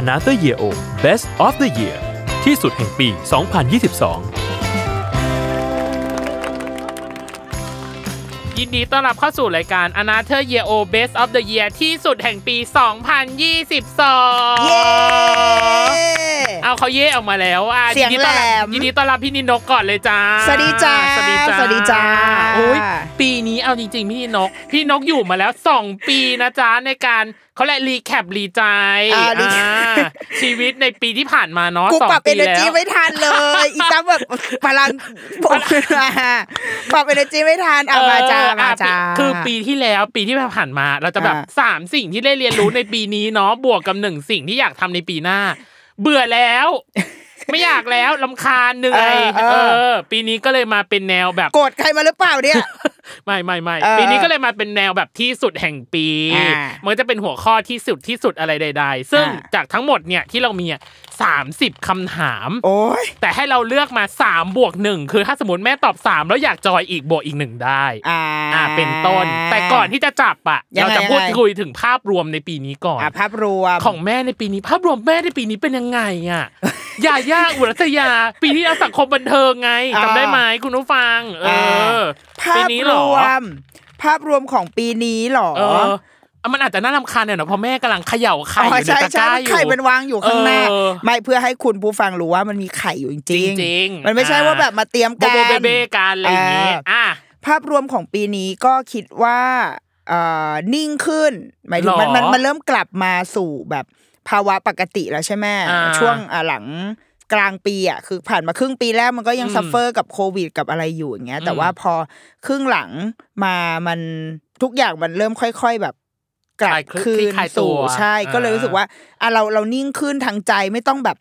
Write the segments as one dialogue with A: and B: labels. A: Another Year O Best of the Year ที่สุดแห่งปี 2022
B: ยินดีต้อนรับเข้าสู่รายการ Another Year O Best of the Year ที่สุดแห่งปี 2022
C: เย้
B: เอาเขาเย่ออกมาแล้วอ่ะ
C: เสียง
B: นดีต้อนรับ
C: แหลม
B: ยินดีต้อนรับพี่นินนกก่อนเลยจ้า
C: สวัสดีจ้า
B: สวัสดีจ้า
C: สวัสดีจ้า
B: โอ้ยปีนี้เอาจริงๆ พี่นินนก พี่นกอยู่มาแล้ว 2 ปีนะจ้าในการเขาแหละรีแคปรีใจ
C: อ่า recap
B: อ่าชีวิตในปีที่ผ่านมาเนาะ
C: กู
B: สอง
C: ปรับเอ
B: ปี
C: เนอร์
B: แล้
C: จี
B: ว
C: ไม่ทันเลย อีตั้มแบบพลังบอกมาปรับเอเนอร์จีไม่ทันเอามาจ้า
B: เออ
C: มา
B: อ่ะ
C: จ้า
B: ปีคือปีที่แล้วปีที่ผ่านมา เราจะแบบ
C: อ่ะ
B: สามสิ่งที่ได้เรียนรู้ในปีนี้เนาะบวกกับหนึ่งสิ่งที่อยากทำในปีหน้า เบื่อแล้ว ไม่อยากแล้วลำคาญเหนื่อยเออ ปีนี้ก็เลยมาเป็นแนวแบบ
C: โกรธใครมาหรือเปล่าเนี่ย
B: ไม่ไม่ไม่
C: เออ
B: ปีนี้ก็เลยมาเป็นแนวแบบที่สุดแห่งปี
C: อ่า
B: มันก็จะเป็นหัวข้อที่สุดที่สุดอะไรใด ๆ ซึ่ง
C: อ่า
B: จากทั้งหมดเนี่ยที่เรามีอ่ะสามสิบคำถาม
C: โอ้ย
B: แต่ให้เราเลือกมาสามบวกหนึ่งคือถ้าสมมติแม่ตอบสามแล้วอยากจอยอีกบวกอีกหนึ่งได้
C: อ่า
B: อ่าเป็นต้นแต่ก่อนที่จะจับอะ
C: ยัง
B: เรา
C: ไง
B: จะพูด
C: ยังไง
B: คุยถึงภาพรวมในปีนี้ก่อน
C: อ่ะภาพรวม
B: ของแม่ในปีนี้ ภาพรวมแม่ในปีนี้เป็นยังไงอะยาย่าอุรัสยา ปีที่เราสังคมบันเทิงไง
C: อ่า
B: จำได้ไหมคุณผู้ฟัง เออ
C: ภา
B: ปี
C: พ
B: นี้
C: ร
B: เหรอ
C: วม ภาพรวมของปีนี้เหรอ
B: เอออ่ะมันอาจจะน่ารำคาญหน่อยเนอะเพราะแม่กำลังเขย่าไข่
C: อ๋
B: อ
C: อยู่
B: ใน
C: ใช่
B: ตะกร้าอยู่
C: ใช่มันไข่เป็นวางอยู่ข้างหน้า
B: เออ
C: ไม่เพื่อให้คุณผู้ฟังรู้ว่ามันมีไข่อยู่จริงๆ
B: จริงๆ
C: มันไม่ใช่ว่า
B: อ่า
C: แบบมาเตรียม
B: โบ
C: กัน
B: โบเบเบกันอะไรอย่างงี้
C: เอออ่
B: อ่ะ
C: ภาพรวมของปีนี้ก็คิดว่าเอ่อนิ่งขึ้น หมายถึงมัน
B: หรอ
C: มันมันเริ่มกลับมาสู่แบบภาวะปกติแล้วใช่ไหม
B: อ่า
C: ช่วงอ่ะหลังกลางปีอ่ะคือผ่านมาครึ่งปีแรกมันก็ยัง
B: อืม
C: ซัฟเฟอร์กับโควิดกับอะไรอยู่อย่างเงี้ย แต่
B: อืม
C: ว่าพอครึ่งหลังมามันทุกอย่างมันเริ่มค่อย ๆแบบกลับ
B: คลายคลึ
C: คื
B: คลี่
C: น
B: คลายตัว
C: สู่ใช่
B: อ่า
C: ก็เลยรู้สึกว่าอ่ะเราเรานิ่งขึ้นทางใจไม่ต้องแบบ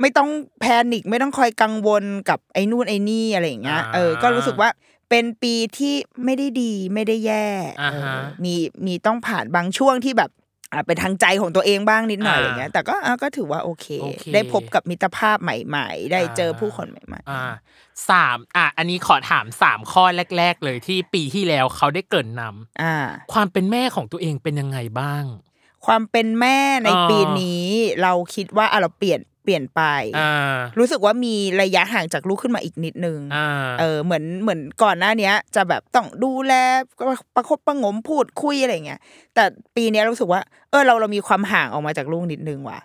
C: ไม่ต้องแพนิคไม่ต้องคอยกังวลกับไอ้นู่นไอ้นี่อะไรอย่างเงี้ย
B: อ่า
C: เออก็รู้สึกว่าเป็นปีที่ไม่ได้ดีไม่ได้แย่
B: อ่าฮะ
C: เออมีมีต้องผ่านบางช่วงที่แบบอ่ะเป็นทางใจของตัวเองบ้างนิดหน่อ
B: อ่า
C: ยอะไรเงี้ยแต่ก็อ่ะก็ถือว่าโอเค
B: โอเค
C: ได้พบกับมิตรภาพใหม่ ๆ ได้เจออา ผู้คนใหม่
B: อ่าสามอ่ะอันนี้ขอถามสามข้อแรก ๆ เลยที่ปีที่แล้วเขาได้เกรินนำ
C: ๆ อ่า
B: ความเป็นแม่ของตัวเองเป็นยังไงบ้าง
C: ความเป็นแม่ใน
B: อ่า
C: ปีนี้ เราคิดว่าอ่ะเราเปลี่ยนเปลี่ยนไป
B: อ่า
C: รู้สึกว่ามีระยะห่างจากลูกขึ้นมาอีกนิดนึง
B: อ่า
C: เออเหมือนเหมือนก่อนหน้าเนี้ย จะแบบต้องดูแลประคบประหงมพูดคุยอะไรเงี้ยแต่ปีเนี้ยรู้สึกว่า เออเราเรามีความห่างออกมาจากลูกนิดนึงว่ะ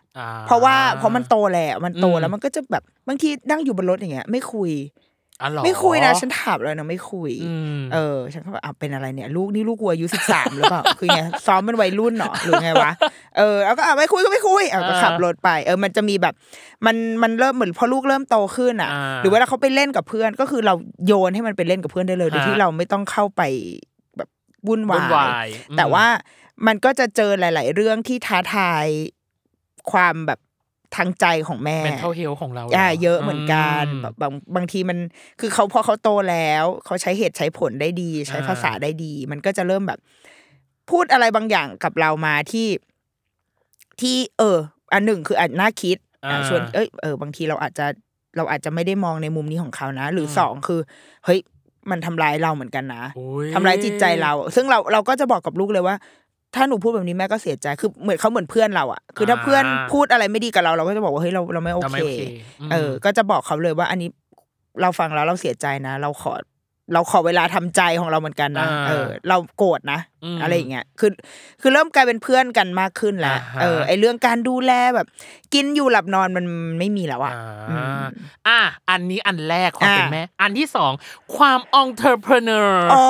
C: เพราะว่าเพราะมันโตแล้วมันโต
B: อืม
C: แล้วมันก็จะแบบบางทีนั่งอยู่บนรถอย่างเงี้ยไม่คุย
B: อ่ะเหรอ
C: ไม่คุยนะฉันถามเลยนะไม่คุย
B: อืม
C: เออฉันก็แบบอ่ะเป็นอะไรเนี่ย ลูกนี่ลูกกูอายุสิบสามหรือเปล่า คือไง ซ้อมเป็นวัยรุ่นเหรอหรือไงวะเออแล้วก็อ่ะไม่คุยก็ไม่คุยอ่ะก็
B: อ่า
C: ขับรถไปเออมันจะมีแบบมันมันเริ่มเหมือนพอลูกเริ่มโตขึ้นอ่ะ
B: อ่า
C: หรือเวลาเขาไปเล่นกับเพื่อนก็คือเราโยนให้มันไปเล่นกับเพื่อนได้เลยโดย
B: ฮะ
C: ที่เราไม่ต้องเข้าไปแบบวุ่นว
B: วุ่นวา
C: าย
B: ยอืม
C: แต่ว่ามันก็จะเจอหลาย ๆ เรื่องที่ท้าทายความแบบทางใจของแม่
B: mental health ของเรา
C: อ่า
B: หร
C: เยอะเหมือนกัน
B: อืม
C: แบบบางบางทีมันคือเขาพอเขาโตแล้ว เขาใช้เหตุใช้ผลได้ดี ใช้
B: อ่า
C: ภาษาได้ดี มันก็จะเริ่มแบบ พูดอะไรบางอย่างกับเรามาที่ที่ เออ อันหนึ่งคืออาจน่าคิดอ่ะชวนเอ้ยเออบางทีเราอาจจะเราอาจจะไม่ได้มองในมุมนี้ของเขานะ หรืออสองคือ เฮ้ย มันทำร้ายเราเหมือนกันนะ
B: โอ้ย
C: ทำร้ายจิตใจเรา ซึ่งเราเราก็จะบอกกับลูกเลยว่า ถ้าหนูพูดแบบนี้แม่ก็เสียใจ คือเหมือนเขาเหมือนเพื่อนเราอะคือถ้า
B: อ่า
C: เพื่อนพูดอะไรไม่ดีกับเราเราก็จะบอกว่าเฮ้ยเราเราไม่โอ
B: แต่
C: เค
B: ไม่โอเคม
C: เออ ก็จะบอกเขาเลยว่าอันนี้ เราฟังแล้วเราเสียใจนะ เราขอ เราขอเวลาทำใจของเราเหมือนกันนะ
B: อ่า
C: เออ เราโกรธนะ
B: อืม
C: อะไรอย่างเงี้ยคือคือเริ่มกลายเป็นเพื่อนกันมากขึ้นแล้ว
B: อ่าฮะ
C: เออไอเรื่องการดูแลแบบ กินอยู่หลับนอนมันไม่มีแล้วอ่ะ อืม
B: อ่ะอันนี้อันแรกความ
C: อ่า
B: เป็นแม่ อันที่สองความ entrepreneur
C: โอ้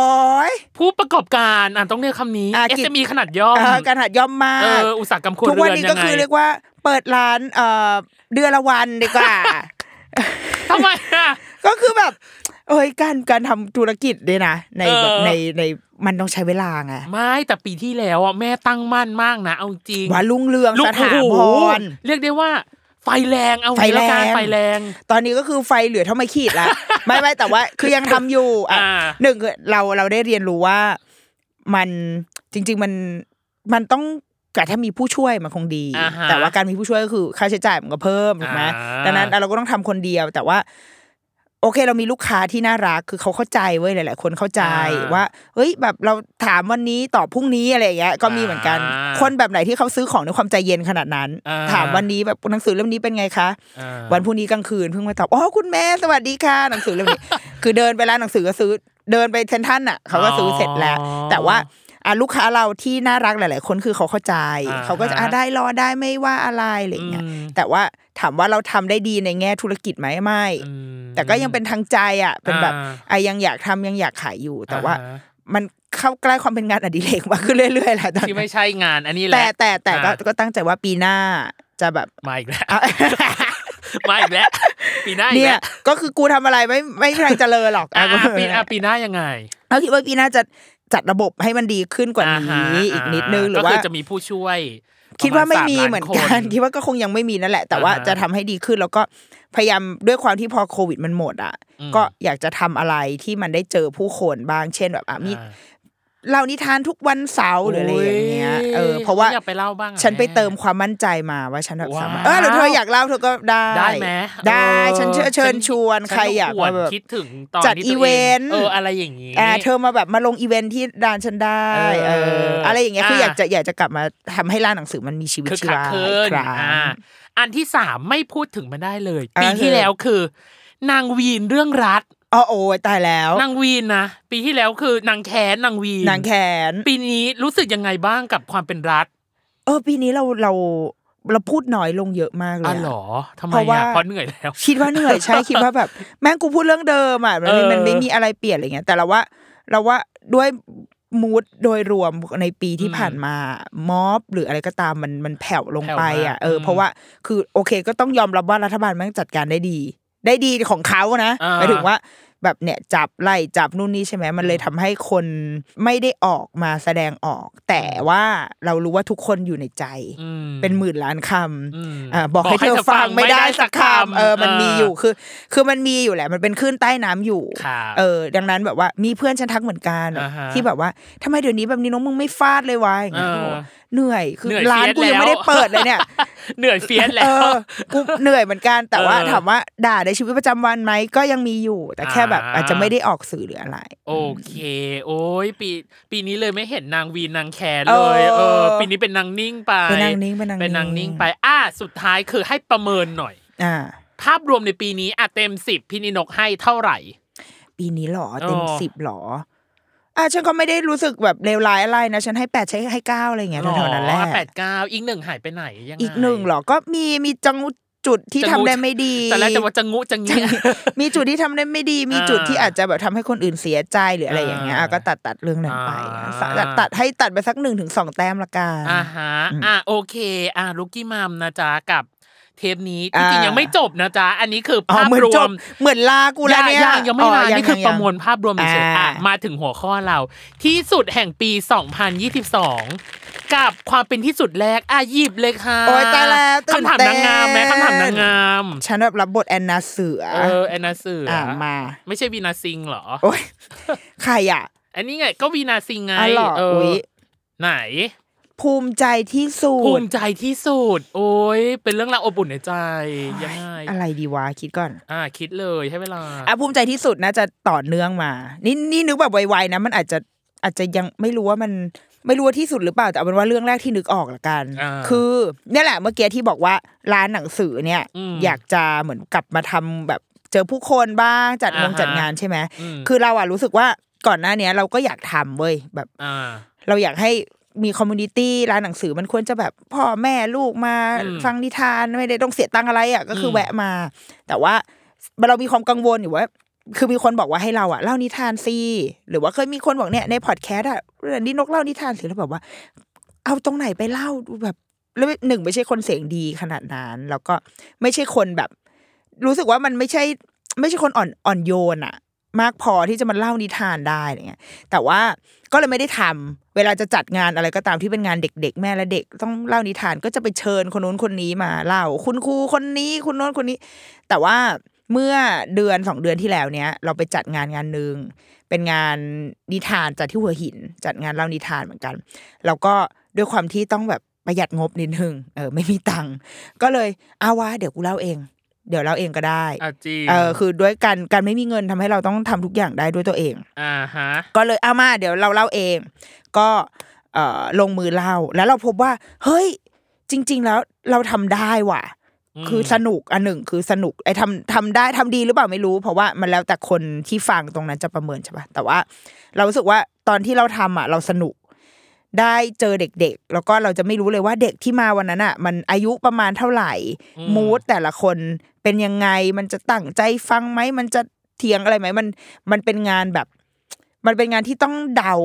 C: ย
B: ผู้ประกอบการอ่ะต้องเรียกคำนี้
C: อ่ะกิจ
B: SME ขนาดย่อม
C: เออการหัดย่อมมา
B: เอก ออุตสาหกรรมครัว
C: ทุก
B: เรื
C: วัน
B: อน
C: นี้
B: ยั
C: ก็
B: งไง
C: คือเรียกว่าเปิดร้านเอ่อเดือนละวันดี กว่า
B: ทำไมอ่ะ
C: ก็คือแบบ เอ้ยการการทำธุรกิจด้วยนะในแบบ
B: เออ
C: ในในมันต้องใช้เวลาไง
B: ไม่แต่ปีที่แล้วอ่ะแม่ตั้งมั่นมากนะ เอาจริง
C: ว่าลุงเรือง
B: ลูก
C: สถา
B: โอ้
C: พ
B: โห
C: ร
B: เรียกได้ว่า ไฟแรงเอา
C: ไฟแรง
B: ละกันไฟแรง
C: ตอนนี้ก็คือไฟเหลือเท่าไม่ขีดละ ไม่ไม่แต่ว่าคือยังทำอยู่อ่ะ
B: อ่า
C: หนึ่งคือเราเราได้เรียนรู้ว่ามันจริง ๆมันมันต้องกะถ้ามีผู้ช่วยมันคงดี
B: อ่าฮะ
C: แต่ว่าการมีผู้ช่วยก็คือค่าใช้จ่ายมันก็เพิ่มถูกไหม
B: อ่า
C: ดังนั้นเราก็ต้องทำคนเดียว แต่ว่า โอเคเรามีลูกค้าที่น่ารักคือเขาเข้าใจเว้ยหลาย ๆ คนเข้าใจว่า เฮ้ยแบบเราถามวันนี้ตอบพรุ่งนี้อะไรอย่างเงี้ยก็มีเหมือนกัน
B: อ่า
C: คนแบบไหนที่เขาซื้อของด้วยความใจเย็นขนาดนั้น
B: อ่า
C: ถามวันนี้แบบหนังสือเล่มนี้เป็นไงคะ
B: อ่า
C: วันพรุ่งนี้กลางคืนเพิ่งมาตอบอ๋อคุณแม่สวัสดีค่ะหนังสือเล่มนี้ คือเดินไปร้านหนังสือก็ซื้อเดินไปเซนทรันอ่ะเขาก็ซื้อเสร็จแล้ว
B: อ๋อ
C: แต่ว่าอ่ะลูกค้าเราที่น่ารักหลาย ๆ คนคือเขาเข้าใจ
B: อ่าฮะ
C: เขาก็จะอ่ะได้รอได้ไม่ว่าอะไรอะไรอย่างเงี้ย
B: อืม
C: แต่ว่าถามว่าเราทำได้ดีในแง่ธุรกิจไหมไม่
B: อืม
C: แต่ก็ยังเป็นทางใจอ่ะเป็นแบบ
B: อ่า
C: อ่ะยังอยากทำยังอยากขายอยู่ แต่ว่า
B: อ่ฮะ
C: มันเข้าใกล้ความเป็นงานอดิเรกมากขึ้นเรื่อยๆแหละตอน
B: ที่
C: นี้
B: ไม่ใช่งานอันนี้แห
C: แต่
B: ละ
C: แต่แต่ก็
B: อ่ะ
C: ก็ตั้งใจว่าปีหน้าจะแบบ
B: มาอีกแล้ว มาอีกแล้ว ปีหน้าอีก
C: เนี่
B: แล้
C: ยวก็คือกูทำอะไรไม่ไม่มีทางเจริญหรอก
B: อ่ะ
C: อ่ะก็
B: ปีหน้าปีหน้ายังไง
C: เราคิดว่าปีหน้าจะจัดระบบให้มันดีขึ้นกว่า
B: า
C: นี้
B: ฮะ
C: อีกนิดนึงหรือ
B: ก็
C: ว่า
B: คือจะมีผู้ช่วย
C: คิดว่าไม่มี
B: ประณสล้
C: เหมือน
B: ค
C: กันคิดว่าก็คงยังไม่มีนั่นแหละ แต่ว่า
B: อ่าฮะ
C: จะทำให้ดีขึ้นแล้วก็พยายามด้วยความที่พอโควิดมันหมดอ่ะ
B: อืม
C: ก็อยากจะทำอะไรที่มันได้เจอผู้คนบ้างเช่นแบบอ่ะมี
B: อ่า
C: เล่านิทานทุกวันเสาร์หรืออะไรอย่างเงี้ยเออเพราะว่า
B: อยากไปเล่าบ้างอะ
C: ฉันไป
B: แม่
C: เติมความมั่นใจมาว่าฉันแบบสามารถ
B: ว้าว
C: เออหรือเธออยากเล่าเธอก็ได้
B: ได้ไหม
C: ได้
B: ออ
C: ฉันเชิญเชิญชวน
B: ฉั
C: ใครอยาก
B: วร
C: มาแบบ
B: คิดถึงตอน
C: จัด
B: ที่
C: อี
B: ตั
C: เว
B: เอง
C: นต์
B: เอออะไรอย่างนี้
C: อ่าเธอมาแบบมาลงอีเวนท์ที่ร้านฉันได้
B: เอ
C: เอ
B: อ
C: ออะไรอย่างเงี้ยคือ
B: อ่ะ
C: อยากจะอยากจะกลับมาทำให้ร้านหนังสือมันมีชีวิต
B: คือ
C: ชี
B: ขัก
C: วา
B: เคิ
C: อี
B: น
C: กครั้ง
B: อ่าอันที่สามไม่พูดถึงมันได้เลย
C: อ่า
B: ปีที่แล้วคือ นางวีนเรื่องรัฐ
C: อ๋อโอ้ยตายแล้ว
B: นางวีนนะปีที่แล้วคือนางแค้นนางวีน
C: นางแขน
B: ปีนี้รู้สึกยังไงบ้างกับความเป็นรัฐ
C: เออปีนี้เราเราเราพูดน้อยลงเยอะมากเล
B: อ๋อย เหรอ
C: อะ
B: ทำไม
C: เพราะว่า
B: อ่ะเพราะเหนื่อยแล้ว
C: คิดว่าเหนื่อยใช่ คิดว่าแบบ แม่งกูพูดเรื่องเดิมอ่ะมันไม่
B: เออ
C: มันไม่มีอะไรเปลี่ยนอะไรเงี้ย แต่เราว่าเราว่าด้วยมูดโดยรวมในปีที่
B: อืม
C: ผ่านมาม็อบหรืออะไรก็ตามมันมันแผ่วลงไปอ่ะ
B: แผ่วมาก
C: เอออ
B: ม
C: เพราะว่าคือโอเคก็ต้องยอมรับว่ารัฐบาลแม่งจัดการได้ดี ได้ดีของเขานะ
B: อ่า
C: หมายถึงว่าแบบเนี่ยจับไล่จับนู่นนี่ใช่ไหมมันเลยทำให้คนไม่ได้ออกมาแสดงออก แต่ว่าเรารู้ว่าทุกคนอยู่ในใจ
B: อืม
C: เป็นหมื่นล้านคำ
B: อืม
C: อ่าบอกให้เธอฟังไม่ได้สักคำเออมันมีอยู่
B: เ
C: คือ คือมันมีอยู่แหละ มันเป็นคลื่นใต้น้ำอยู่
B: ครับ
C: เออ ดังนั้นแบบว่ามีเพื่อนฉันทักเหมือนกัน
B: อ่าฮะ
C: ที่แบบว่าทำไมเดี๋ยวนี้แบบนี้น้องมึงไม่ฟาดเลยวะอย่างเงี้ย
B: เออ
C: เขาบอกว่าเหนื่อยคือ
B: เหนื่อย
C: ร้าน
B: เสีย
C: กูยัง
B: แล้ว
C: ไม่ได้เปิดเลยเนี่ย
B: เหนื่อยเฟียสแล้
C: เอ
B: ว
C: อกูเหนื่อยเหมือนกันแต่ว่า
B: เออ
C: ถามว่าด่าในชีวิตประจำวันไหมก็ยังมีอยู่ แต่แค่แบบ
B: อ่า
C: อาจจะไม่ได้ออกสื่อหรืออะไร
B: โอเค โอ้ยปีปีนี้เลยไม่เห็นนางวีนนางแคร์เลย
C: เออ
B: เออปีนี้เป็นนางนิ่งไป
C: เป็นนางนิ่งเป็นนางนิ่ง
B: เป็นนางนิ่งไปอ่ะสุดท้ายคือให้ประเมินหน่อย
C: อ่า
B: ภาพรวมในปีนี้อ่ะเต็มสิบพี่นินกให้เท่าไหร่
C: ปีนี้หรอเต็ม
B: อ๋อ
C: สิบหรออ่ะฉันก็ไม่ได้รู้สึกแบบเลวร้ายอะไรนะฉันให้แปดใช้ให้เก้าอะไรอย่างเงี้ย
B: ๋
C: เท่านั้นแหละ
B: แปดเก้าอีกหนึ่งหายไปไหนยังไง
C: อีกหนึ่งเหรอ ก็มีมีจังจุดที่
B: จัง
C: ทำ
B: หวะ
C: ได้ไม่ดี
B: แต่แล้วจะว่าจะงุจะงี้
C: มีจุดที่ทำได้ไม่ ดี มี
B: อ่า
C: จุดที่อาจจะแบบทำให้คนอื่นเสียใจหรืออะไรอย่างเงี้ยอ่ะ
B: อ่า
C: ก็ตัดตัดเรื่องนั้นไป
B: อ่า
C: สะตัดให้ตัดไปสักหนึ่งถึงสองแต้มละกัน
B: อ่าฮะ
C: อืม
B: อ่ะโอเค อ่ะลูกกี้มัมนะจ๊ะกับเทปนี้จริง
C: อ่า
B: ๆยังไม่จบนะจ๊ะอันนี้คือ
C: อ๋อ
B: ภาพ
C: เหมือน
B: ร
C: จ
B: ว
C: บ
B: ม
C: เหมือนลากูแล้วเนี่ย
B: ยังยังไม่ลา
C: ยั
B: นี่คือ
C: ยัง
B: ประมวลภาพรวมเฉยๆ
C: อ่า
B: อ่ะมาถึงหัวข้อเรา ที่สุดแห่งปี 2022 กับความเป็นที่สุดแรกอ่ะหยิบเลยค่ะ
C: โอ๊ยตายแล้วตื่น
B: คำถาม
C: เต้น
B: นางงามไหมคำถามนางงาม
C: ฉันแบบรับบทแอนนาเสือ
B: เออแอนนาเสืออ่
C: ะมา
B: ไม่ใช่วีนาซิงเหรอ
C: โอ๊ย ใครอ่ะ
B: อันนี้ไงก็วีนาซิงไง
C: อ๋อเหรอ
B: เออ
C: อุ๊ย
B: ไหน
C: ภูมิใจที่สุ
B: ภู
C: ด
B: มิใจที่สุด โอ้ยเป็นเรื่องราวอบอุ่นในใจยังไง
C: อะไรดีวะคิดก่อน
B: อ่ะคิดเลยให้เวลา
C: อ่ะภูมิใจที่สุดน่าจะต่อเนื่องมา นี่นี่นึกแบบไวๆนะ มันอาจจะอาจจะยังไม่รู้ว่ามันไม่รู้ว่าที่สุดหรือเปล่าแต่เอาเป็นว่าเรื่องแรกที่นึกออกละกัน
B: อ่า
C: คือเนี่ยแหละเมื่อกี้ที่บอกว่าร้านหนังสือเนี่ย
B: อืม
C: อยากจะเหมือนกลับมาทำแบบ เจอผู้คนบ้างจัดงง
B: อ่าฮะ
C: จัดงานใช่ไหม
B: อืม
C: คือเราอ่ะรู้สึกว่าก่อนหน้าเนี้ยเราก็อยากทำเว้ยแบบ
B: อ่า
C: เราอยากให้มีคอมมูนิตี้ร้านหนังสือมันควรจะแบบพ่อแม่ลูกมา
B: อืม
C: ฟังนิทานไม่ได้ต้องเสียตังค์อะไรอ่ะก็คือ
B: ม
C: อแวะมา แต่ว่าเรามีความกังวลอยู่ว่า คือมีคนบอกว่าให้เราอ่ะเล่านิทานสิหรือว่าเคยมีคนบอกเนี่ยในพอดแคสต์อ่ะเรื่องนี้นกเล่านิทานสิแล้วแบบว่า เอาตรงไหนไปเล่าดูแบบแล้วหนึ่งไม่ใช่คนเสียงดีขนาดนั้น แล้วก็ไม่ใช่คนแบบ รู้สึกว่ามันไม่ใช่ ไม่ใช่คนอ่อนอ่อนโยนอะมากพอที่จะมาเล่านิทานได้อะไรเงี้ย แต่ว่าก็เลยไม่ได้ทำเวลาจะจัดงานอะไรก็ตามที่เป็นงานเด็ก ๆ แม่และเด็กต้องเล่านิทานก็จะไปเชิญคนนู้นคนนี้มาเล่า คุณครูคนนี้คุณโน้นคนนี้ แต่ว่าเมื่อเดือนสองเดือนที่แล้วเนี้ยเราไปจัดงานงานหนึ่งเป็นงานนิทานจัดที่หัวหิน จัดงานเล่านิทานเหมือนกัน แล้วก็ด้วยความที่ต้องแบบประหยัดงบนิดนึงเออไม่มีตังค์ก็เลยอาวะเดี๋ยวกูเล่าเอง เดี๋ยวเล่าเองก็ได้
B: อ่ะจริง
C: เออคือด้วยการการไม่มีเงินทำให้เราต้องทำทุกอย่างได้ด้วยตัวเอง
B: อ่าฮะ
C: ก็เลยเอามาเดี๋ยวเราเล่าเอง ก็เอ่อลงมือเล่าแล้วเราพบว่า เฮ้ย จริง ๆ แล้วเราทำได้ว่ะ
B: อืม
C: คือสนุกอันหนึ่งคือสนุกไอ้ทำทำได้ทำดีหรือเปล่าไม่รู้ เพราะว่ามันแล้วแต่คนที่ฟังตรงนั้นจะประเมินใช่ปะแต่ว่า เรารู้สึกว่าตอนที่เราทำอ่ะ เราสนุก ได้เจอเด็กๆ แล้วก็เราจะไม่รู้เลยว่าเด็กที่มาวันนั้นอ่ะ มันอายุประมาณเท่าไหร่
B: อืม
C: มูดแต่ละคนเป็นยังไง มันจะตั้งใจฟังไหมมันจะเถียงอะไรไหมมันมันเป็นงานแบบ มันเป็นงานที่ต้องเดา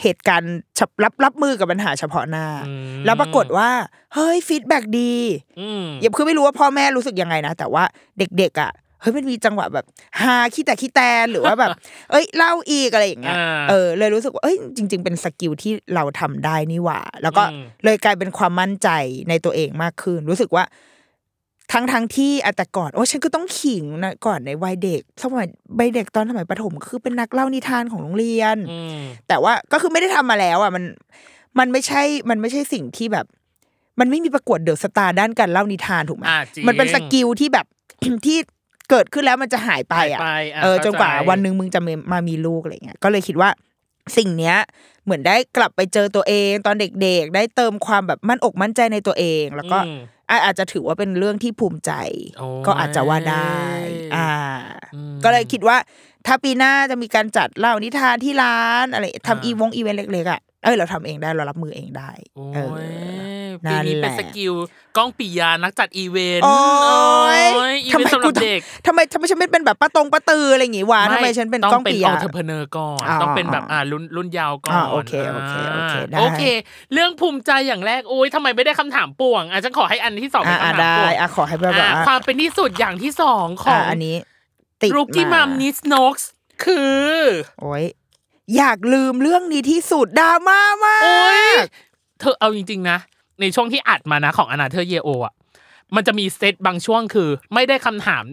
C: เหตุการณ์เฉพรับรับมือกับปัญหาเฉพาะหน้า
B: อืม
C: แล้วปรากฏว่า เฮ้ยฟีดแบ็ดี
B: อืม
C: อย่าคือไม่รู้ว่าพ่อแม่รู้สึกยังไงนะ แต่ว่าเด็กๆอ่ะเฮ้ยมันมีจังหวะแบบฮาขี้แต่ขี้แตนหรือ ว่าแบบ เอ้ยเล่าอีกอะไรอย่างเงี้ย
B: อ่า
C: เออ เลยรู้สึกว่าเอ้ยจริง ๆ เป็นสกิลที่เราทำได้นี่หว่า แล้วก็
B: อืม
C: เลยกลายเป็นความมั่นใจในตัวเองมากขึ้น รู้สึกว่า ทั้งทั้งๆที่อะแต่ก่อนโอ้ฉันก็ต้องขิงนะก่อนในวัยเด็กสมัยวัยเด็กตอนสมัยประถมก็คือเป็นนักเล่านิทานของโรงเรียน
B: อืม
C: แต่ว่าก็คือไม่ได้ทำมาแล้วอ่ะมันมันไม่ใช่มันไม่ใช่สิ่งที่แบบ มันไม่มีประกวดเดอะสตาร์ด้านการเล่านิทานถูกไหม
B: อ่าจริง
C: มันเป็นสกิลที่แบบ ที่เกิดขึ้นแล้วมันจะหายไปอ่ะ
B: ไป
C: เออจ
B: ข้
C: นกว่า
B: ใจ
C: วันหนึ่งมึงจะมามีลูกอะไรเงี้ยก็เลยคิดว่าสิ่งเนี้ย เหมือนได้กลับไปเจอตัวเองตอนเด็กๆ ได้เติมความแบบมั่นอกมั่นใจในตัวเอง แล้วก็
B: อืม
C: อ่ะอาจจะถือว่าเป็นเรื่องที่ภูมิใจ
B: โอ้ย
C: ก็อาจจะว่าได้ อ่า
B: อืม
C: ก็เลยคิดว่า ถ้าปีหน้าจะมีการจัดเล่านิทานที่ร้านอะไรทำอีวงอีเวนต์เล็กๆอ่ะเอ้ยเราทำเองได้เรารับมือเองได้
B: โอ้
C: เออ
B: ย
C: นั่
B: ปี
C: น
B: นี้เป็น
C: แหละ
B: สกิลก้องปิยานักจัดอีเวนต์
C: โอ้ย
B: โอ้ยอีเวนต์สำหรับเด็ก
C: ทำไมทำไมฉันไม่เป็นแบบป้าตรงป้าตืออะไรอย่างงี้วะทำไมฉันเป็น
B: ต้
C: ก
B: อ
C: ล้อง ง
B: เป็นออย
C: ปีะ
B: เทอร์เพเนอร์ก่อน
C: อ่า
B: ต้องเป็นแบบ
C: อ่า
B: อ่ารุ่นรุ่นยาวก่อน
C: อ่าโอเคโอเคโอเคได้
B: าโอเค เรื่องภูมิใจอย่างแรกโอ้ยทำไมไม่ได้คำถามป่วงอ่ะฉันขอให้อันที่สองเป็น
C: อ่ะ
B: คำ
C: อ่ะ
B: ถาม
C: ได้
B: ป่วง
C: อ่ะขอให้แบบว่า
B: อ่ะความเป็นที่สุดอย่างที่สองของ
C: อ่ะอันนี้ ติด
B: ลูกที่มัมนิสโนกส์คือ
C: โอ้ยอยากลืมเรื่องนี้ที่สุดดราม่ามา
B: โอ้ย
C: ก
B: เธอเอาจริงๆนะ ในช่วงที่อัดมานะของอนาเธอเยโออ่ะ มันจะมีเซตบางช่วงคือ ไม่ได้คำถาม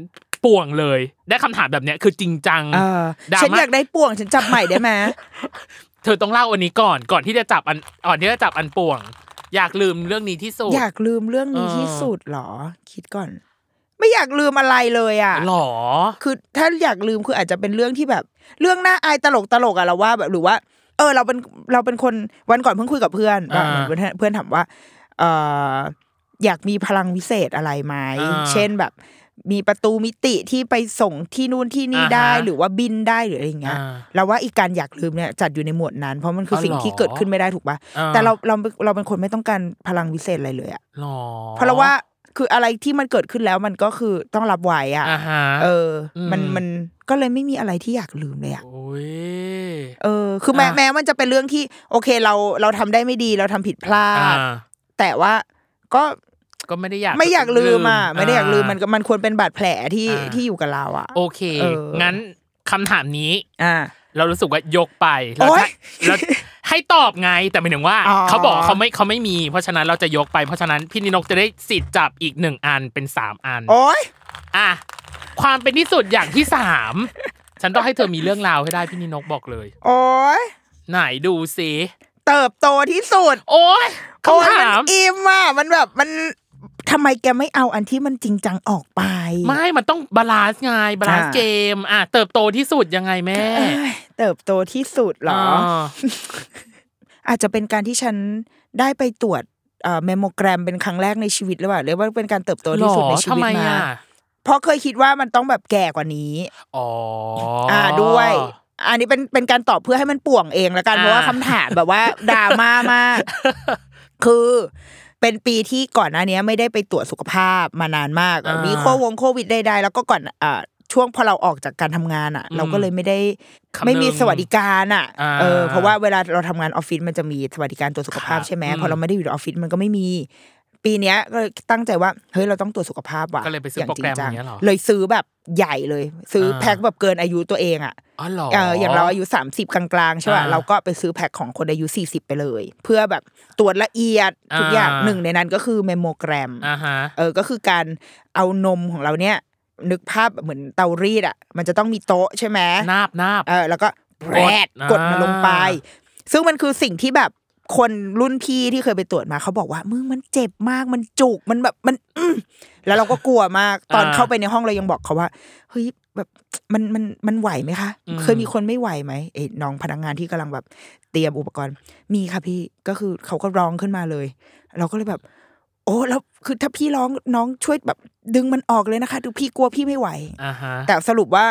B: ป่วงเลย ได้คำถามแบบเนี้ยคือจริงจัง
C: เออ
B: ดรา
C: ฉัน
B: ม่า
C: อยากได้ป่วงฉันจับใหม่ได้ ไหม
B: เธอต้องเล่าอันนี้ก่อนก่อนที่จะจับอันก่อนที่จะจับอันป่วง อยากลืมเรื่องนี้ที่สุด
C: อยากลืมเรื่องนี้
B: เออ
C: ที่สุดเหรอ คิดก่อน ไม่อยากลืมอะไรเลยอ่ะ
B: หรอ
C: คือถ้าอยากลืมคืออาจจะเป็นเรื่องที่แบบ เรื่องน่าอายตลกตลกๆอะเราว่าแบบหรือว่า เออ เราเป็นเราเป็นคนวันก่อนเพิ่งคุยกับเพื่อน
B: อ่า
C: เหมือนเพื่อนเพื่อนถามว่าเอออยากมีพลังวิเศษอะไรไหม
B: อ่า
C: เช่นแบบ มีประตูมิติที่ไปส่งที่นู่นที่นี่
B: อ่าฮะ
C: ได้หรือว่าบินได้หรืออะไรอย่างเงี้ย
B: อ่า
C: เราว่าอีกการอยากลืมเนี่ยจัดอยู่ในหมวดนั้น เพราะมันคืออ
B: อ
C: สิ่ง
B: เหรอ
C: ที่เกิดขึ้นไม่ได้ถูกปะแต่เราเราเราเป็นคนไม่ต้องการพลังวิเศษอะไรเลยอะ
B: หรอ
C: เพราะเราว่าคืออะไรที่มันเกิดขึ้นแล้วมันก็คือต้องรับไหวอ่ะ
B: อ่าฮะ
C: เออ มัน
B: อืม
C: มันก็เลยไม่มีอะไรที่อยากลืมเลยอ่ะ
B: โอ้ย
C: เออ คือแม้
B: อ่ะ
C: แม้มันจะเป็นเรื่องที่โอเคเราเราทำได้ไม่ดีเราทำผิดพลา
B: อ่า
C: ด แต่ว่าก็
B: ก็ไม่ได้อยาก
C: ไม่อยากลืมอ่ะ ไม่ได้อยากลืม
B: อ่
C: มันก็มันควรเป็นบาดแผลที่
B: อ่า
C: ที่อยู่กับเราอ่ะ
B: โอเค
C: เออ
B: งั้นคำถามนี้
C: อ่า
B: เรารู้สึกว่ายกไปแล้ว
C: โอ๊
B: ถ้าย แล้วให้ตอบไงแต่หมายถึงว่า
C: อ๋อ
B: เขาบอกเขาไม่เขาไม่มี เพราะฉะนั้นเราจะยกไปเพราะฉะนั้นพี่นินกจะได้สิทธิ์จับอีกหนึ่งอันเป็นสามอัน
C: โอ๊ย
B: อ่ะความเป็นที่สุดอย่างที่สามฉันต้องให้เธอมีเรื่องราวให้ได้พี่นินกบอกเลย
C: โอ๊ย
B: ไหนดูสิ
C: เติบโตที่สุด
B: โอ้ย
C: โอ๊ย
B: คำถาม
C: นอิ่มอ่ะมันแบบมันทำไมแกไม่เอาอันที่มันจริงจังออกไป
B: ไม่มันต้องบาลานซ์ไงบาลานซ์
C: อ่า
B: เกมอ่ะเติบโตที่สุดยังไงแม่
C: เอ้ยเติบโตที่สุดเหรอ
B: า
C: อาจจะเป็นการที่ฉันได้ไปตรวจเมมโมแกรมเป็นครั้งแรกในชีวิตหรือเปล่าเรียกว่าเป็นการเติบโตที่สุดในชี
B: หรอทำ
C: วิต
B: ไม
C: มา
B: อ่ะ
C: เพราะเคยคิดว่ามันต้องแบบแก่กว่านี้
B: อ๋ออ
C: อ่าด้วย อันนี้เป็นเป็นการตอบเพื่อให้มันป่วงเองละกัน
B: อ่า
C: เพราะว่าคำถามแบบว่าดรา ม่ามาก คือเป็นปีที่ก่อนหน้านี้ไม่ได้ไปตรวจสุขภาพมานานมาก
B: อ่ามี
C: มีโควงโควิดใดๆแล้วก็ก่อนอ่าช่วงพอเราออกจากการทำงานอ่ะ
B: อืม
C: เราก็เลยไม่ได้
B: คำนึง
C: ไม่มีสวัสดิการอ่ะ
B: อ่า
C: เออเพราะว่าเวลาเราทำงานออฟฟิศมันจะมีสวัสดิการตรวจสุขภาพ
B: ครับ
C: ใช่ไหม
B: อืม
C: พอเราไม่ได้อยู่ในออฟฟิศมันก็ไม่มี ปีเนี้ยก็เลยตั้งใจว่าเฮ้ยเราต้องตรวจสุขภาพว่ะ
B: ก็เลยไปซื้อ
C: าง
B: โป
C: จง
B: รแกรม
C: จั
B: อย่างเงี้ยเหรอ
C: เลยซื้อแบบใหญ่เลย ซื้ออา แพ็คแบบเกินอายุตัวเองอ่ะ
B: อ๋อเหรอ
C: เอ
B: อ
C: ออย่างเราอายุ 30 กลางๆใช่ป่ะ
B: อ่า
C: เราก็ไปซื้อแพ็คของคนอายุ 40 ไปเลย เพื่อแบบตรวจละเอียดทุกอย่าง
B: อ่า
C: หนึ่งในนั้นก็คือเมมโมแกรม
B: อ่าฮะ
C: เออก็คือการเอานมของเราเนี่ย นึกภาพเหมือนเตารีดอ่ะ มันจะต้องมีโต๊ะใช่ไหม
B: นาบนาบ
C: เออแล้วก็แปรด
B: อ่าก ก
C: ดมันลงไป ซึ่งมันคือสิ่งที่แบบคนรุ่นพี่ที่เคยไปตรวจมาเขาบอกว่ามึงมันเจ็บมากมันจุกมันแบบมันอื้อแล้วเราก็กลัวมากตอน
B: อ่า
C: เข้าไปในห้องเรายังบอกเขาว่าเฮ้ยแบบมันมันมันไหวไหมคะ
B: อืม
C: เคยมีคนไม่ไหวไหมไอ้น้องพนักงานที่กำลังแบบเตรียมอุปกรณ์ มีค่ะพี่ก็คือเขาก็ร้องขึ้นมาเลย เราก็เลยแบบ โอ้แล้วคือถ้าพี่ร้องน้องช่วยแบบ ดึงมันออกเลยนะคะดูพี่กลัวพี่ไม่ไหว
B: อ่าฮะ
C: แต่สรุปว่า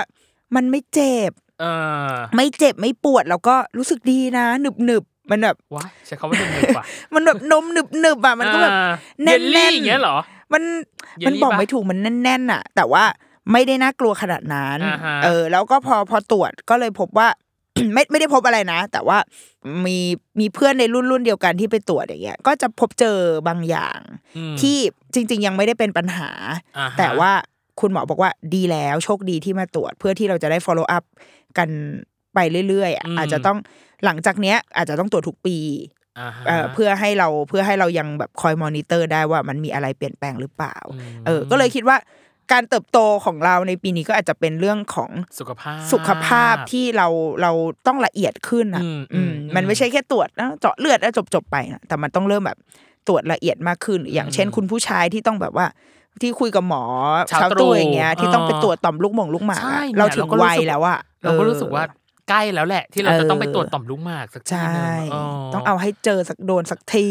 C: มันไม่เจ็บ
B: เออ
C: ไม่เจ็บไม่ปวดแล้วก็รู้สึกดีนะหนึบหนึบๆมันแบบ
B: ว้ายใช้คำว่าหนึ่งหนึ่งว่ะ
C: มันแบบนมหนึบหนึบๆ อ่ะมันก็แบบ
B: อ่า
C: แน่น
B: เยล
C: ๆ
B: ลี่อย่างเงี้ยเหรอ
C: มัน
B: เยลลี่
C: มันบอก
B: ปะ
C: ไม่ถูกมันแน่นๆอ่ะ แต่ว่าไม่ได้น่ากลัวขนาดนั้น
B: อ่าฮะ
C: เออ แล้วก็พอพอตรวจก็เลยพบว่า ไม่ไม่ได้พบอะไรนะ แต่ว่ามีมีเพื่อนในรุ่นรุ่นเดียวกันที่ไปตรวจอย่างเงี้ย ก็จะพบเจอบางอย่าง
B: อืม
C: ที่จริง ๆ ยังไม่ได้เป็นปัญหา
B: อ่ฮะ
C: แต่ว่าคุณหมอบอกว่าดีแล้วโชคดีที่มาตรวจเพื่อที่เราจะได้ follow up กันไปเรื่อยๆอะอาจจะต้องหลังจากเนี้ย อาจจะต้องตรวจทุกปี
B: อ่าฮะ
C: เอ่อเพื่อให้เราเพื่อให้เรายังแบบคอยมอนิเตอร์ได้ว่ามันมีอะไรเปลี่ยนแปลงหรือเปล่า
B: อืม
C: เออก็เลยคิดว่าการเติบโตของเราในปีนี้ก็อาจจะเป็นเรื่องของ
B: สุขภาพ
C: สุขภาพที่เราเราต้องละเอียดขึ้นอ่ะ
B: อืม
C: อืม
B: อืม
C: มันไม่ใช่แค่ตรวจนะเจาะเลือดแล้วจบจบๆไปนะแต่มันต้องเริ่มแบบตรวจละเอียดมากขึ้น อย่างเช่น คุณผู้ชายที่ต้องแบบว่า ที่คุยกับหมอ
B: ชาว
C: ตู้
B: ตรู่
C: อย่างเงี้ย ที่ต้องไป
B: เออ
C: ตรวจต่อมลูกหมงลูกหมาก
B: ใช่
C: อะ
B: เนี่ย
C: เราถึง
B: เราก็รู้
C: วัย
B: สึก
C: แล้วอ่ะ
B: เราก็
C: ออ
B: รู้สึกว่าใกล้แล้วแหละ ที่เราจะต้องไปตรวจ
C: เออ
B: ต่อมลูกหมากสักที
C: ใช่
B: หนึง
C: ต้องเอาให้เจอสักโดนสักที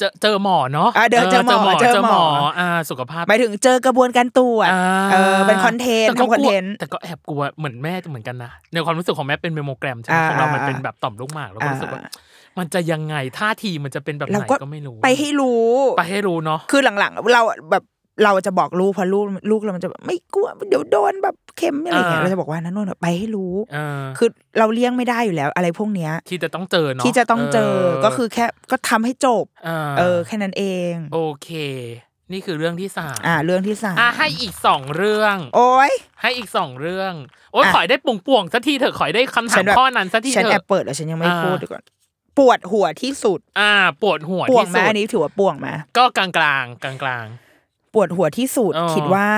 B: เจอเจอหมอเนาะ
C: อ่ะเดี๋ยวเจอหม
B: เจ
C: อ
B: อหมอ
C: เจอหมอ
B: เจอหมออ่าสุขภาพ
C: หมายถึงเจอกระบวนการตรวจ
B: อ่า
C: เออเป็นคอนเทนต์
B: แต่ก็
C: ทำคอก น
B: ลัว
C: เทนต์
B: แต่ก็แอบกลัวเหมือนแม่เหมือนกันนะในความรู้สึกของแม่เป็นเมโมแกรมใช่ไหม
C: อ่า
B: ของเรามัน
C: อ่า
B: เป็นแบบต่อมลูกหมากเราก็รู้สึกว่า
C: อ่า
B: มันจะยังไงท่าทีมันจะเป็นแบบไห
C: เรา
B: น
C: ก็
B: ก็ไม่รู้
C: ไปให้รู้
B: ไปให้รู้เนาะ
C: คือหลังๆ เราแบบเราจะบอกลูกเพราะลูกลูกเรามันจะแบบไม่กลัวเดี๋ยวโดนแบบเข็มอะไรอย่างเงี้ย
B: อ่า
C: เราจะบอกว่านั่นนนไปให้รู้
B: เออ
C: คือเราเลี่ยงไม่ได้อยู่แล้ว อะไรพวกเนี้ย
B: ที่จะต้องเจอเนาะ
C: ที่จะต้องเจอก็คือแค่ก็ทำให้จบ
B: เออ
C: เออแค่นั้นเอง
B: โอเค นี่คือเรื่องที่สาม
C: อ่า เรื่องที่สาม
B: อ่ะให้อีกสองเรื่อง
C: โอ้ย
B: ให้อีกสองเรื่อง โอ้ย
C: อ่ะ
B: ขอยได้ป่งป่วงๆสักทีเถอะขอยได้คำ
C: ฉั
B: ถาม
C: นแบบ
B: ข้อนั้นสักที
C: ฉัน
B: เถ
C: แอบ
B: อะ
C: เปิดแล้วฉันยังไม่
B: อ่า
C: พูดเดี๋ยวก่อนปวดหัวที่สุด
B: อ่า ปวดหัว
C: ป่วง
B: ที่
C: ไหม
B: สุด
C: อันนี้ถือว่าป่วงไหม
B: ก็กลางกลางกลางกลาง
C: ปวดหัวที่สุด
B: อ๋อ
C: คิดว่า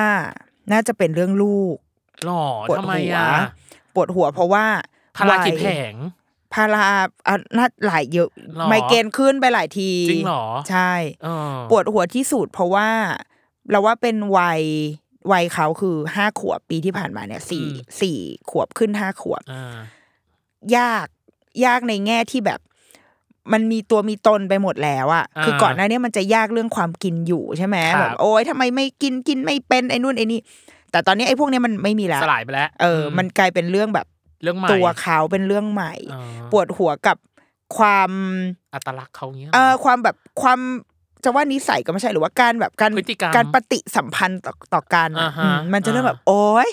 C: น่าจะเป็นเรื่องลูก
B: ๆหล่อ
C: ปวด
B: ทำไม
C: หัว
B: อ่ะ
C: ปวดหัวเพราะว่า
B: พาราคิด
C: วัย
B: แผง
C: พาราอ่ะน่าหลายเยอะ
B: หรอ
C: ไมเกรนขึ้นไปหลายที
B: จริงหรอ
C: ใช่
B: เออ
C: ปวดหัวที่สุดเพราะว่า เราว่าเป็นวัยวัยเขาคือห้าขวบปีที่ผ่านมาเนี่ยสี่สี่ขวบขึ้นห้าขวบ
B: อ่าย
C: ากยากในแง่ที่แบบ มันมีตัวมีตนไปหมดแล้วอะ
B: า
C: คือก่อนหน้าเนี้มันจะยากเรื่องความกินอยู่ใช่ไหม
B: ครับ
C: แบบโอ๊ยทำไมไม่กินกินไม่เป็นไอ้นู่นไอ้นี่แต่ตอนนี้ไอ้พวกเนี้ยมันไม่มีแล้ว
B: สลายไปแล้ว
C: เอออ มันกลายเป็นเรื่องแบบ
B: เรื่องใหม่
C: ตัวเขาเป็นเรื่องใหม่
B: เออ
C: ปวดหัวกับความ
B: อัตลักษณ์เขาเงี้ยหร
C: เอ่อความแบบความจะว่านิสัยก็ไม่ใช่หรือว่าการแบบการ
B: พฤติกรรม
C: การปฏิสัมพันธ์ต่อต่อกันอะ
B: อ่าฮะ
C: อืมมันจะเริ่มแบบโอ๊ย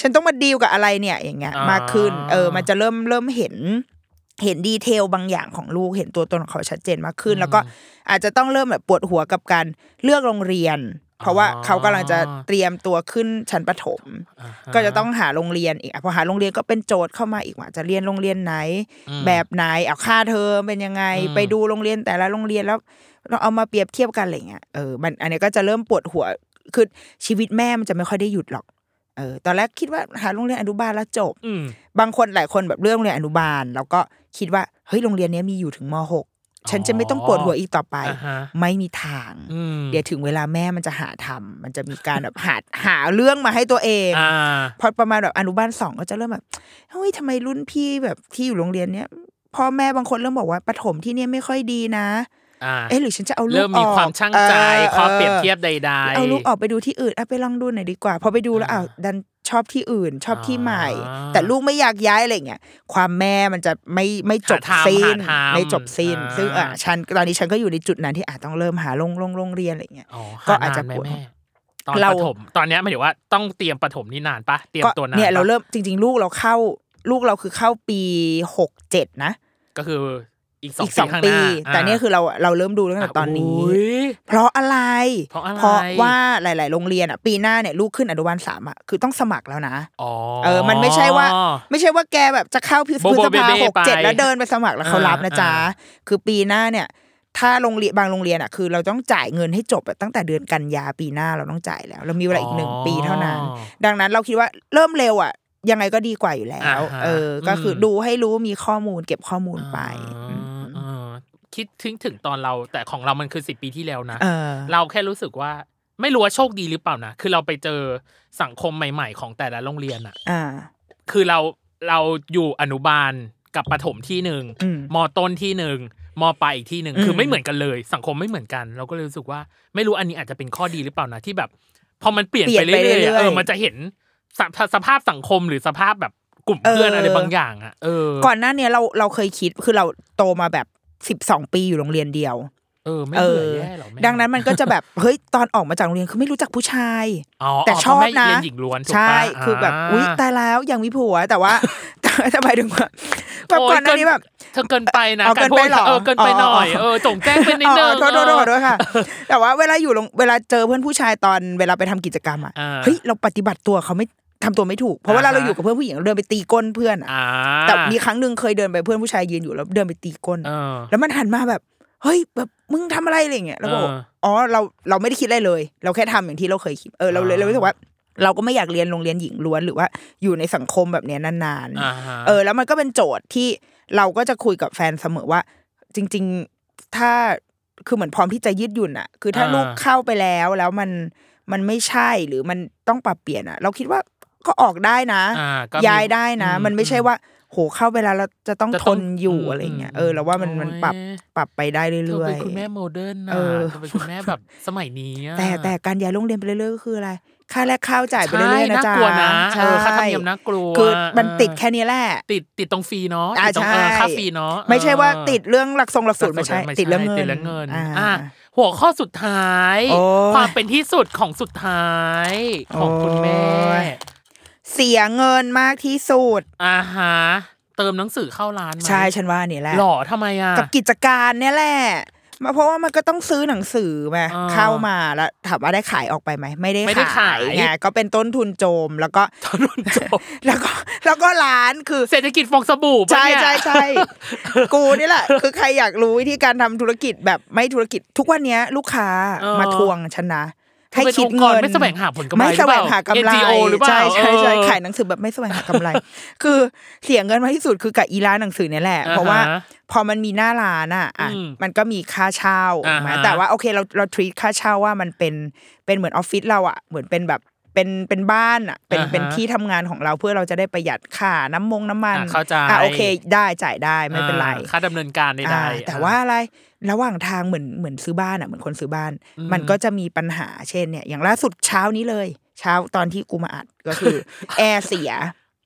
C: ฉันต้องมาดีลกับอะไรเนี่ยอย่างเงี้ย
B: อ่าม
C: มากขึ้น เออ มันจะเริ่มเริ่มเห็น เห็นดีเทลบางอย่างของลูกเห็นตัวตนของเขาชัดเจนมากขึ้น แล้วก็อาจจะต้องเริ่มแบบปวดหัวกับการเลือกโรงเรียน เพราะว่าเขากำลังจะเตรียมตัวขึ้นชั้นประถม
B: อ่าฮ
C: ก็จะต้องหาโรงเรียนอีกอ่ะพอหาโรงเรียนก็เป็นโจทย์เข้ามาอีกว่าจะเรียนโรงเรียนไหน
B: อืม
C: แบบไหนเอาค่าเทอมเป็นยังไง
B: อืม
C: ไปดูโรงเรียนแต่ละโรงเรียนแล้วเราเอามาเปรียบเทียบกันอะไรเงี้ยเออมันอันเนี้ยก็จะเริ่มปวดหัวคือชีวิตแม่มันจะไม่ค่อยได้หยุดหรอกเออตอนแรกคิดว่าหาโรงเรียนอนุบาลแล้วจบ
B: อืม
C: บางคนหลายคนแบบเรื่องโรงเรียนอนุบาล แล้วก็คิดว่าเฮ้ยโรงเรียนเนี้ยมีอยู่ถึงมหกฉันจะไม่ต้องปวดหัวอีกต่อไป
B: อ่าฮะ
C: ไม่มีทาง
B: อืม
C: เดี๋ยวถึงเวลาแม่มันจะหาทำมันจะมีการแบบหาหาเรื่องมาให้ตัวเอง
B: อ่า
C: พอประมาณแบบอนุบาลสองก็จะเริ่มแบบเฮ้ยทำไมรุ่นพี่แบบที่อยู่โรงเรียนเนี้ยพ่อแม่บางคนเริ่มบอกว่าประถมที่เนี่ยไม่ค่อยดีนะ
B: อ่า
C: เอ๊ะหรือฉันจะเอาลูกออก
B: เริ่มมีความช่างใจ
C: เออ
B: ความเปรียบเทียบใด ๆ
C: เอาลูกออกไปดูที่อื่นอ่ะไปลองดูหน่อยดีกว่าพอไปดูแล้ว
B: อ่า
C: อ้าวดันชอบที่อื่นชอบที่ใหม่
B: อ่า
C: แต่ลูกไม่อยากย้ายอะไรเงี้ยความแม่มันจะไม่ไม่จบ
B: หาทำ
C: สิ้น
B: หาทำ
C: ไม่จบสิ้น
B: อ่า
C: ซึ่งอ่ะฉันตอนนี้ฉันก็อยู่ในจุดนั้นที่อาจต้องเริ่มหาโรงโรงโรงเรียนอะไรเงี้ย
B: อ๋อ
C: ก็
B: หนน
C: อาจจะ
B: ไหม
C: ปวด
B: แม่ตอน
C: เรา
B: ประถมตอนเนี้ยหมายถึงว่าต้องเตรียมประถมนี่นานปะเตรียม
C: ก็
B: ตัวนาน
C: เนี่ยเรา
B: ปะ
C: เริ่มจริง ๆ ลูกเราเข้าลูกเราคือเข้าปีหกเจ็ดนะ
B: ก็คืออีกสอง
C: อีกสอง
B: ข้างห
C: ปี
B: น้า
C: แต่เนี่ยคือเราเราเริ่มดูตั้งแต่ตอนนี้
B: ย
C: เพราะอะไร
B: เพราะอะไร
C: เพราะว่าหลาย ๆ โรงเรียนอ่ะปีหน้าเนี่ยลูกขึ้นอนุบาลสามอ่ะคือต้องสมัครแล้วนะ
B: อ๋อ
C: เออ มันไม่ใช่ว่า ไม่ใช่ว่าแกแบบจะเข้าพิพ
B: โบโบ
C: ฤษภา
B: เบเบ้
C: หกเจ็ด
B: ไป
C: แล้วเดินไปสมัครแล้วเขารับนะ
B: อ่า
C: จ๊ะ
B: อ่
C: คือปีหน้าเนี่ย ถ้าโรงเรียนบางโรงเรียนอ่ะคือเราต้องจ่ายเงินให้จบอะตั้งแต่เดือนกันยาปีหน้าเราต้องจ่ายแล้ว เรามีเวลาอีกหนึ่งปีเท่านั้น
B: อ๋อ
C: ดังนั้นเราคิดว่าเริ่มเร็วอ่ะ ยังไงก็ดีกว่าอยู่แล้ว
B: อ่าฮะ
C: เออ ก็คืออ
B: ม
C: ดูให้รู้มีข้อมูลเก็บข้อมูลไป
B: อ่า
C: อืม
B: อ่าคิดถึงถึงตอนเราแต่ของเรามันคือสิบปีที่แล้วนะ
C: เออ
B: เราแค่รู้สึกว่าไม่รู้ว่าโชคดีหรือเปล่านะ คือเราไปเจอสังคมใหม่ ๆ ของแต่ละโรงเรียนอะ
C: อ่า
B: คือเราเราอยู่อนุบาลกับประถมที่หนึ่ง
C: อืม
B: มต้นที่หนึ่งมปลายอีกที่หนึ่ง
C: อืม
B: คือไม่เหมือนกันเลย สังคมไม่เหมือนกัน เราก็เลยรู้สึกว่า ไม่รู้อันนี้อาจจะเป็นข้อดีหรือเปล่านะที่แบบ พอมันเปลี่ยนไปเรื่อยๆอะเออมันจะเห็นสภาสภาพสังคมหรือสภาพแบบกลุ่มเพื่อนอะไรบางอย่างอะเออ
C: ก่อนหน้าเนี้ยเราเราเคยคิดคือเราโตมาแบบสิบสองปีอยู่โรงเรียนเดียว
B: เออไม่
C: เอ
B: เบื่อ
C: อ
B: แย่หรอแม่
C: ดังนั้นมันก็จะแบบ เฮ้ยตอนออกมาจากโรงเรียนคือไม่รู้จักผู้ชาย
B: อ๋อ
C: แต่
B: เพ
C: ชอ
B: รา
C: บ
B: แม่
C: นะ
B: เรียนหญิงล้วนถูกปะ
C: ใช่คือแบบ
B: า
C: อุ๊ยตายแล้วยังมีผัวแต่ว่า แต่แต่หมายถึงว่าแบบ
B: โ
C: ก่อนหน้านี้แบบ
B: เธอเกินไปนะ
C: อ๋อเกินไป
B: ารพูด
C: เหรอ
B: เออเกินไปหน่อย
C: อ๋อ
B: เออจงแจ้งเป็นนิดนึ
C: อ๋
B: ง
C: อโทษโทษโทษ
B: เอ
C: โท
B: อ
C: ษค่ะ แต่ว่าเวลาอยู่โรงเวลาเจอเพื่อนผู้ชายตอนเวลาไปทำกิจกรรมอ่ะ
B: อ่า
C: เฮ้ยเราปฏิบัติตัวเขาไม่ทำตัวไม่ถูก เพราะเวลา
B: อ่าฮะ
C: เราอยู่กับเพื่อนผู้หญิงเราเดินไปตีก้นเพื่อนอ่ะ
B: อ่า
C: แต่มีครั้งหนึ่งเคยเดินไปเพื่อนผู้ชายยืนอยู่แล้วเดินไปตีก้น
B: เออ
C: แล้วมันหันมาแบบ เฮ้ยแบบมึงทำอะไรอะไรเงี้ยแล้วบอกว่า
B: เออ
C: อ๋อเราเราไม่ได้คิดอะไรเลย เราแค่ทำอย่างที่เราเคยคิดเออเราเลย
B: อ่า
C: เรารู้สึกว่า เราก็ไม่อยากเรียนโรงเรียนหญิงล้วนหรือว่าอยู่ในสังคมแบบเนี้ยนาน
B: อ่าฮะ
C: ๆเออ แล้วมันก็เป็นโจทย์ที่เราก็จะคุยกับแฟนเสมอว่า จริง ๆถ้าคือเหมือนพร้อมที่จะยืดหยุ่นอะคือถ้าลูกเข้าไปแล้วแล้วมันมันไม่ใช่หรือมันต้องปรับเปลี่ยนอะเราคิดว่าก็ออกได้นะ
B: อ่าก็มี
C: ย้ายได้นะ
B: อืม
C: มันไม่ใช่ว่า โหเข้าไปแล้วเราจะต้อง
B: จะ
C: ท
B: ต้อง
C: นอยู่
B: อืม
C: อะไรเงี้ย
B: อืม
C: เออเราว่ามัน
B: โอ้ย
C: มันปรับปรับไปได้เรื่
B: เธอ
C: อ
B: เป็
C: ย
B: นคุณแม่โมเดิร์นนะ
C: เออ
B: เธอเป็นคุณแม่แบบสมัยนี้อะ
C: ๆแต่แต่การย้ายโรงเรียนไปเรื่อยๆก็คืออะไรค่าแรกเข้าจ่ายไปเรื่อยๆ
B: ใช่
C: นะจ๊ะ
B: กลัวนะ
C: ใช่
B: เออค่าธรรมเนียมน่ากลัว
C: คือมัน
B: เออ
C: ติดแค่นี้แหละ
B: ติดติดตรงฟรีเนาะ
C: อ่า
B: ติดตรง
C: ใช่
B: เออค่าฟรีเนาะ
C: ไม่ใช่ว่า
B: เออ
C: ติดเรื่องหลักทรงหลักสูตรไม่ใช่ ติดเรื่องเงิน
B: ติดเรื่องเงิน
C: อ่า
B: อ่ะหัวข้อสุดท้าย
C: โอ้ย
B: ความเป็นที่สุดของสุดท้าย ของคุณแม่
C: โอ้ย เสียเงินมากที่สุด
B: อ่าฮะ เติมหนังสือเข้าร้านไหม
C: ใช่ฉันว่าเนี่ยแหละ
B: หล่อทำไมอ่ะ
C: กับกิจการเนี่ยแหละมาเพราะว่ามันก็ต้องซื้อหนังสือมา
B: อ่า
C: เข้ามาแล้วถามว่าได้ขายออกไปไหมไม่ได้
B: ไม่ได้ขาย
C: ไงก็เป็นต้นทุนโจมแล้ว ก็
B: ถนนจบ
C: แล้วก็แล้วก็ร้านคือ
B: เศรษฐกิจฟอง สบู่ปะ
C: ใช่
B: เนี่ย
C: ใช่ใช่ กูนี่แหละ คือใครอยากรู้วิธีการทำธุรกิจแบบไม่ธุรกิจทุกวันเนี้ยลูกค้า
B: เออ
C: มาทวงฉันนะ
B: ให้
C: ให้
B: คิ
C: คิ
B: ด
C: ด
B: เงิน
C: เงิน
B: ไม่แสวงหาผลกำไร
C: ไม่แสวงหากำไร
B: เปล่ NGO หรือเปล่า
C: ใช่ใช่ใช่
B: เออ
C: ขายหนังสือแบบไม่แสวงหากำไร คือเสียเงินมากที่สุดคือกับอีร้านหนังสือเนี่ยแหละเพราะว่า
B: อ่าฮะ
C: พอมันมีหน้าร้านอ่ะอ่ะ
B: อืม
C: มันก็มีค่าเช่า
B: อ่า
C: ถูกไหม
B: ฮะ
C: แต่ว่าโอเคเราเราทรีตค่าเช่าว่ามันเป็นเป็นเหมือนออฟฟิศเราอ่ะ เหมือนเป็นแบบเป็นเป็นบ้านอ่ะ เป็น
B: อ่าฮะ
C: เป็นที่ทำงานของเราเพื่อเราจะได้ประหยัดค่าน้ำมงน้ำมัน
B: อ่ะเข้าใจ
C: อ่ะโอเคได้จ่ายได้ไม่เป็นไร
B: อ่าค่าดำเนินการใด
C: อ่า
B: ๆ
C: แต่ว่าอะไรระหว่างทางเหมือนเหมือนซื้อบ้านอ่ะเหมือนคนซื้อบ้าน
B: อืม
C: มันก็จะมีปัญหาเช่นเนี่ย อย่างล่าสุดเช้านี้เลย เช้าตอนที่กูมาอัดก็คือ แอร์เสีย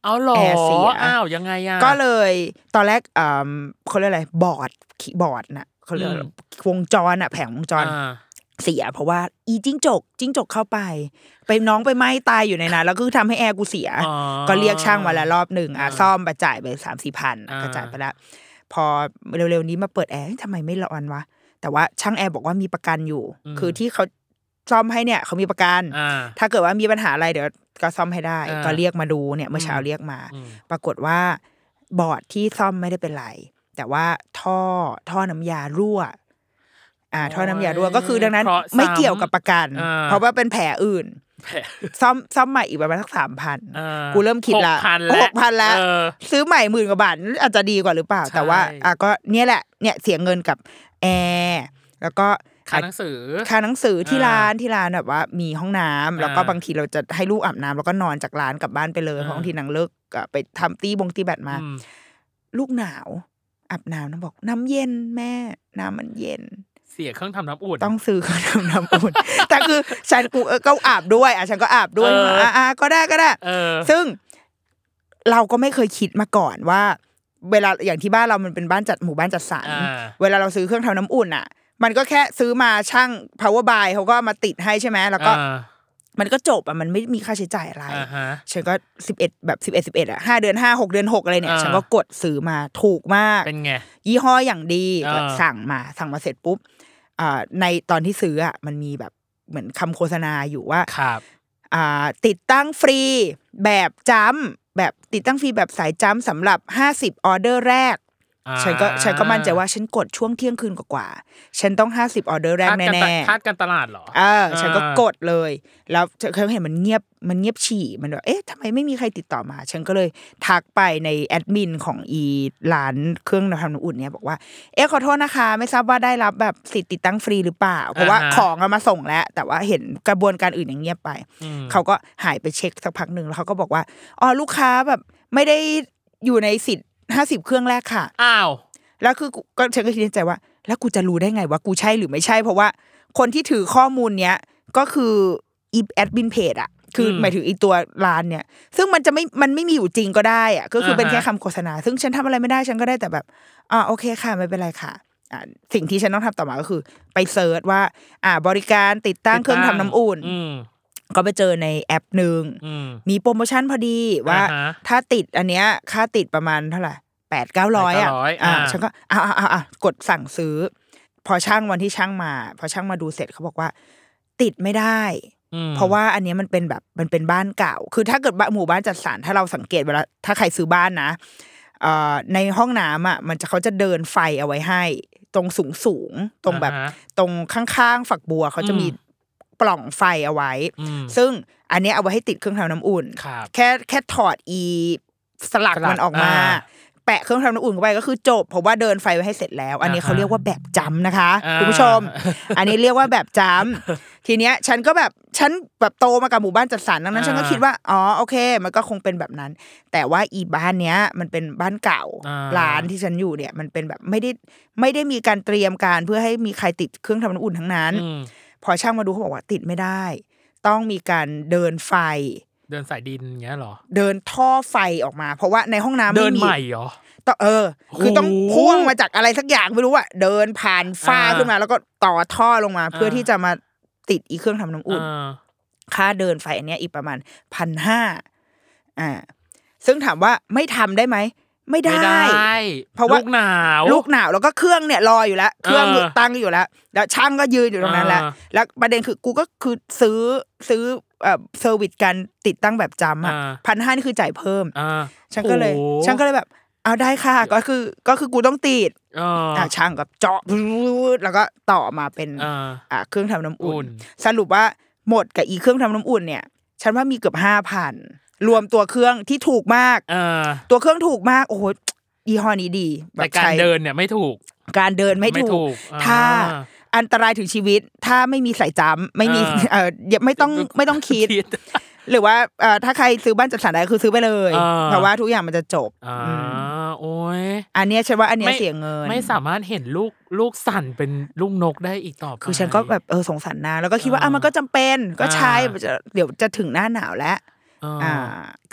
B: เอาหล่อ
C: แอร์เสีย
B: อ้าวยังไงอ่ะ
C: ก็เลยตอนแรกเอ่อเขาเรียกอะไรบอร์ดคีย์บอร์ดน่ะเขาเรียก
B: อืม
C: วงจรน่ะแผงวงจร
B: อ่า
C: เสีย เพราะว่าอีจิ้งจกจิ้งจกเข้าไป ไปน้องไปไหม้ตายอยู่ในนั้นแล้วก็คือทำให้แอร์กูเสีย
B: อ๋อ
C: ก็เรียกช่างมาแล้วรอบหนึ่งอ่ะ
B: อ่า
C: ซ่อมไปจ่ายไปสามสี่พัน
B: อ่า
C: ก็จ่ายไปละพอเร็วๆนี้มาเปิดแอร์เอ๊ะทำไมไม่ร้อนวะแต่ว่าช่างแอร์บอกว่ามีประกันอยู่ คือที่เขาซ่อมให้เนี่ยเขามีประกัน
B: อ่า
C: ถ้าเกิดว่ามีปัญหาอะไรเดี๋ยวก็ซ่อมให้ได้
B: อ่า
C: ก็เรียกมาดูเนี่ยเมื่อเช้าเรียกมา
B: อืม
C: ปรากฏว่าบอร์ดที่ซ่อมไม่ได้เป็นไร แต่ว่าท่อท่อน้ำยารั่ว อ่า ท่อน้ำยารั่ว
B: โอ้ย
C: ก็คือดังนั้น
B: เคราะห์ซ้ำ
C: ไม่เกี่ยวกับประกัน
B: อ่า
C: เพราะว่าเป็นแผลอื่น
B: แผล
C: ซ่อมซ่อมใหม่อีกประมาณสักสามพัน
B: อ่า
C: กูเริ่มคิดละ
B: หกพันแล้ว
C: หกพันแล้ว
B: เออ
C: ซื้อใหม่หมื่นกว่าบาทอาจจะดีกว่าหรือเปล่า
B: ใช่
C: แต่ว่า อ่ะก็เนี่ยแหละเนี่ยเสียเงินกับแอร์แล้วก็
B: ค่าหนังสือ
C: ค่าหนังสือที่
B: อ่า
C: ร้านที่ร้านแบบว่า มีห้องน้ำแล้วก็
B: อ่า
C: บางทีเราจะให้ลูกอาบน้ำแล้วก็นอนจากร้านกลับบ้านไปเลย
B: อ่า
C: เพราะบางทีนางเลิกอ่ะไปทำตีบงตีแบตมา
B: อืม
C: ลูกหนาวอาบน้ำนางบอกน้ำเย็นแม่น้ำมันเย็น
B: เสียเครื่องทำน้ำอุ่น
C: ต้องซื้อเครื่องทำน้ำอุ่น แต่คือฉันกูเออก็อาบด้วยอ่ะฉันก็อาบด้วย
B: เออ
C: มาอ่ะก็ได้ก็ได้
B: เออ
C: ซึ่งเราก็ไม่เคยคิดมาก่อนว่า เวลาอย่างที่บ้านเรามันเป็นบ้านจัดหมู่บ้านจัดสรร
B: อ่า
C: เวลาเราซื้อเครื่องทำน้ำอุ่นอ่ะ มันก็แค่ซื้อมาช่าง power by เขาก็มาติดให้ใช่ไหมแล้วก็
B: อ่า
C: มันก็จบอ่ะมันไม่มีค่าใช้จ่ายอะไร
B: อ่าฮะ
C: ฉันก็สิบเอ็ดแบบสิบเอ็ดสิบเอ็ดอ่ะห้าเดือนห้าหกเดือนหกอะไรเนี่ย
B: อ่า
C: ฉันก็กดซื้อมาถูกมาก
B: เป็นไง
C: ยี่ห้ออย่างดี
B: อ่า
C: ก็สั่งมาสั่งมาเสร็จปุ๊บอ่าในตอนที่ซื้ออ่ะมันมีแบบเหมือนคำโฆษณาอยู่ว่า
B: ครับ
C: อ่าติดตั้งฟรีแบบจ้ำแบบติดตั้งฟรีแบบสายจ้ำสำหรับ 50 ออเดอร์แรก
B: อ่า
C: ฉันก็ฉันก็มั่นใจว่าฉันกดช่วงเที่ยงคืนกว่าๆฉันต้อง 50 ออเดอร์แรก
B: คาดการต
C: แน่
B: ลาดคาดการตลาดเหรอ
C: ๆเออฉันก็กดเลย แล้วฉันเคยเห็นมันเงียบมันเงียบฉี่มันแบบเอ๊ะทำไมไม่มีใครติดต่อมา ฉันก็เลยทักไปในแอดมินของอีร้านเครื่องทำน้ำอุ่นเนี่ยบอกว่า เอ๊ะขอโทษนะคะ ไม่ทราบว่าได้รับแบบสิทธิ์ติดตั้งฟรีหรือเปล่า เพราะว่า
B: อ่าฮะ
C: ของเอามาส่งแล้ว แต่ว่าเห็นกระบวนการอื่นอย่างเงียบไป
B: อืม
C: เขาก็หายไปเช็คสักพักหนึ่งแล้วเขาก็บอกว่าอ๋อลูกค้าแบบไม่ได้อยู่ในสิทธิ์ห้าสิบเครื่องแรกค่ะ
B: อ้าว
C: แล้วคือกูก็ฉันก็คิดในใจว่า แล้วกูจะรู้ได้ไงว่ากูใช่หรือไม่ใช่ เพราะว่าคนที่ถือข้อมูลเนี้ยก็คืออีแอดมินเพจอะคืออหมายถึงอีตัวร้านเนี่ย ซึ่งมันจะไม่มันไม่มีอยู่จริงก็ได้อะก็คืออา
B: ฮะ
C: เป็นแค่คำโฆษณา ซึ่งฉันทำอะไรไม่ได้ฉันก็ได้แต่แบบอ่าโอเคค่ะไม่เป็นไรค่ะอ่าสิ่งที่ฉันต้องทำต่อมาก็คือ ไปเซิร์ชว่า อ่า บริการติดตั้งเครื่องทำน้ำอุ่น
B: อืม
C: ก็ไปเจอในแอปหนึ่ง
B: อืม
C: มีโปรโมชั่นพอดีว่า
B: อ่าฮะ
C: ถ้าติดอันเนี้ยค่าติดประมาณเท่าไหร่แปดเก้าร้อยอ่ะ
B: 800อ่า
C: อ่าฉันก็อ่าอ่าอ่าอ่ากดสั่งซื้อ พอช่างวันที่ช่างมา พอช่างมาดูเสร็จเขาบอกว่า ติดไม่ได้
B: อืม
C: เพราะว่าอันเนี้ยมันเป็นแบบมันเป็นบ้านเก่า คือถ้าเกิดบ้านหมู่บ้านจัดสรรถ้าเราสังเกตเวลาถ้าใครซื้อบ้านนะเอ่อในห้องน้ำอ่ะมันจะเขาจะเดินไฟเอาไว้ให้ ตรงสูงสูงๆตรงแบบ
B: อ่าฮะ
C: ตรงข้างๆฝักบัวเขาจะมี
B: อืม
C: ปล่องไฟเอาไว้
B: อืม
C: ซึ่งอันเนี้ยเอาไว้ให้ติดเครื่องทำน้ำอุ่น
B: ครับ
C: แค่แค่ถอดอีสลัก
B: สลัก
C: มันออกมา
B: อ่า
C: แปะเครื่องทำน้ำอุ่นเข้าไปก็คือจบเพราะว่าเดินไฟไว้ให้เสร็จแล้ว อันนี้
B: อ่าฮะ
C: เขาเรียกว่าแบบจำนะคะ
B: อ่า
C: คุณผู้ชม อันนี้เรียกว่าแบบจ ำทีเนี้ยฉันก็แบบฉันแบบโตมากับหมู่บ้านจัดสรรดังนั้นฉันก็คิดว่าอ๋อโอเค มันก็คงเป็นแบบนั้น แต่ว่าอีบ้านเนี้ยมันเป็นบ้านเก่า
B: อ่า
C: ร้านที่ฉันอยู่เนี่ยมันเป็นแบบไม่ได้ไม่ได้มีการเตรียมการเพื่อให้มีใครติดเครื่องทำน้ำอุ่นทั้งนั้น
B: อืม
C: พอช่างมาดูเขาบอกว่าติดไม่ได้ ต้องมีการเดินไฟ
B: เดินสายดินอย่างเงี้ยเหรอ
C: เดินท่อไฟออกมา เพราะว่าในห้องน้ำ
B: เดิน
C: ไ
B: ใหม่เหรอ
C: ต้องเออ คือ
B: โอ้โห
C: ต้องพ่วงมาจากอะไรสักอย่างไม่รู้อะเดินผ่านฝ้า
B: อ่า
C: ขึ้นมา แล้วก็ต่อท่อลงมา เพื่ออา ที่จะมาติดอีเครื่องทำน้ำอุ่น
B: อ่า
C: ค่าเดินไฟอันเนี้ยอีกประมาณพันห้าอ่า ซึ่งถามว่าไม่ทำได้ไหมไม่ได้
B: ไม่ได้
C: เพราะว่า
B: ลูกหนาว
C: ลูกหนาวแล้วก็เครื่องเนี่ยรออยู่แล้วเครื่อง
B: เออ
C: ตั้งอยู่แล้ว แล้วช่างก็ยืนอยู่ตรงนั้นแล้ว
B: เออ
C: แล้วประเด็นคือกูก็คือซื้อซื้อเอ่อเซอร์วิสการติดตั้งแบบจำอะพันห้านี่คือจ่ายเพิ่ม
B: อ่า
C: ฉันก็เลย
B: โอ้โห
C: ฉันก็เลยแบบ เอาได้ค่ะก็คือก็คือกูต้องติด
B: อ่า
C: อ่ะช่างก็เจาะแล้วก็ต่อมาเป็น
B: อ่า
C: อ่ะเครื่องทำน้ำ
B: อุ่
C: อุ่น
B: น
C: สรุปว่าหมดกับอีเครื่องทำน้ำอุ่นเนี่ย ฉันว่ามีเกือบห้าพันรวมตัวเครื่องที่ถูกมาก
B: อ่า
C: ตัวเครื่องถูกมาก โอ้โหยี่ห้อนี้ดีแบ
B: แต่
C: บ
B: การ
C: ใช้
B: เดินเนี่ยไม่ถูก
C: การเดินไม่
B: ไม่ถู
C: ถู
B: ก
C: ก
B: อ่า
C: ถ้าอันตรายถึงชีวิต ถ้าไม่มีสายจำไม่มี
B: อ่า
C: เอออย่าไม่ต้องไม่ต้องคิด
B: คิด
C: หรือว่าเอ่อถ้าใครซื้อบ้านจัดสรรได้คือซื้อไปเลย
B: อ่า
C: เพราะว่าทุกอย่างมันจะจบ
B: อ่า
C: อืม
B: โอ้ย
C: อันเนี้ยฉันว่าอันเนี้ย
B: ไม่
C: เสียเงิน
B: ไม่สามารถเห็นลูกลูกสั่นเป็นลูกนกได้อีกต่อไป
C: คือฉันก็แบบเออสงสารนางแล้วก็คิดว่า
B: อ่า
C: อ่ะมันก็จำเป็นก็ใช้
B: อ่า
C: จะเดี๋ยวจะถึงหน้าหนาวแล้ว
B: อ่า
C: อ่า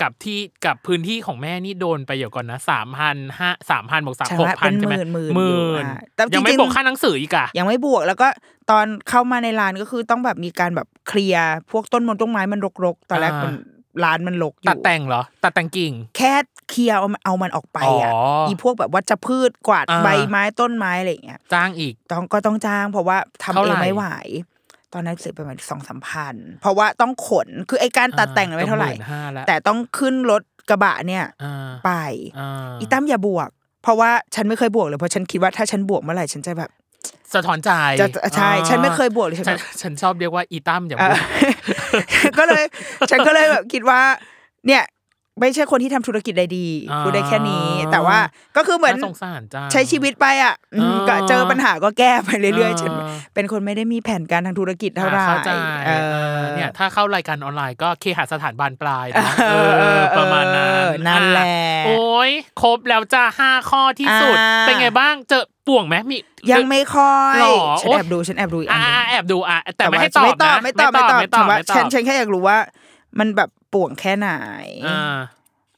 B: กับที่กับพื้นที่ของแม่นี่โดนไปอยู่ก่อนนะสามพันห้าสามพันบวกสาม
C: ใช่
B: หกพัน
C: เป็น
B: ใช่ไหม
C: หมื่น
B: ห
C: หมื่
B: มื่
C: นอยู่
B: น
C: อ่ะแต่
B: ยังไม่
C: จริงๆ
B: บวกค่าหนังสืออีกอะ
C: ยังไม่บวกแล้วก็ตอนเข้ามาในร้านก็คือต้องแบบมีการแบบเคลียร์พวกต้นมงต้นไม้มันรกๆตอนแรกมันร้านมันรกอ
B: ตัด
C: ยู่
B: แต่งเหรอ ตัดแต่งกิ่ง
C: แค่เคลียร์เอามันเอามันออกไปอ่ะ
B: อ๋ออี
C: อีพวกแบบวัชพืชกวาด
B: อ่า
C: ใบไม้ต้นไม้อะไรอย่างเงี้ย
B: จ้างอีก
C: ต้องก็ต้องจ้างเพราะว่าทำ
B: เท่าไห
C: เอ
B: ร่
C: งไม่ไหว ตอนนั้นเสียไปประมาณสองสามพันเพราะว่าต้องขนคือไอการตัดแต่งน่ะไม่เท่าไหร่
B: ก็มื่นแล้ว
C: แต่ต้องขึ้นรถกระบะเนี่ย
B: อ่า
C: ไป
B: อ่า
C: อีตั้มอย่าบวก เพราะว่าฉันไม่เคยบวกเลยเพราะฉันคิดว่าถ้าฉันบวกเมื่อไหร่ฉันจะแบบ
B: สะท้อนใจ
C: จะใช่
B: อ่า
C: ฉันไม่เคยบวกเลยฉัน
B: ฉัน
C: แบบ
B: ฉันชอบ เรียกว่าอีตั้มอย่า
C: เอ
B: พู
C: อ
B: ด
C: ก็เลย ฉันก็เลยแบบคิดว่า เนี่ย ไม่ใช่คนที่ทำธุรกิจใดดี
B: อ่า
C: พูดได้แค่นี้ แต่ว่าก็คือเหมือน
B: น่าสงสารจ้า
C: ใช้ชีวิตไปอ่ะอืม
B: อ่า
C: ก็เจอปัญหาก็แก้ไปเรื่อยๆฉัน
B: อ่า
C: เป็นคนไม่ได้มีแผนการทางธุรกิจเท่าไหร่
B: เข้าใจ
C: เออ
B: เนี่ยถ้าเข้ารายการออนไลน์ก็เคหสถานบานปลายนะ
C: เออ
B: เออประมาณนั้น
C: นั่นแหละ
B: อ่โอ้ยครบแล้วจ้าห้าข้อที่สุด
C: อ่า
B: เป็นไงบ้างเจอป่วงไหมมี
C: ยังไม่ค่อย
B: หรอ
C: ฉัน
B: โอ๊ย
C: แอบดูฉันแอบดูอีกอั
B: อ่าน
C: หนึ่ง
B: แอบดูอ่ะแต่ไม่
C: ว่า
B: ให้ตอบนะ
C: ไม่ตอบไม่ตอบไม่ตอบฉันว่าฉันฉันแค่อยากรู้ว่า มันแบบป่วงแค่ไหน
B: อ่า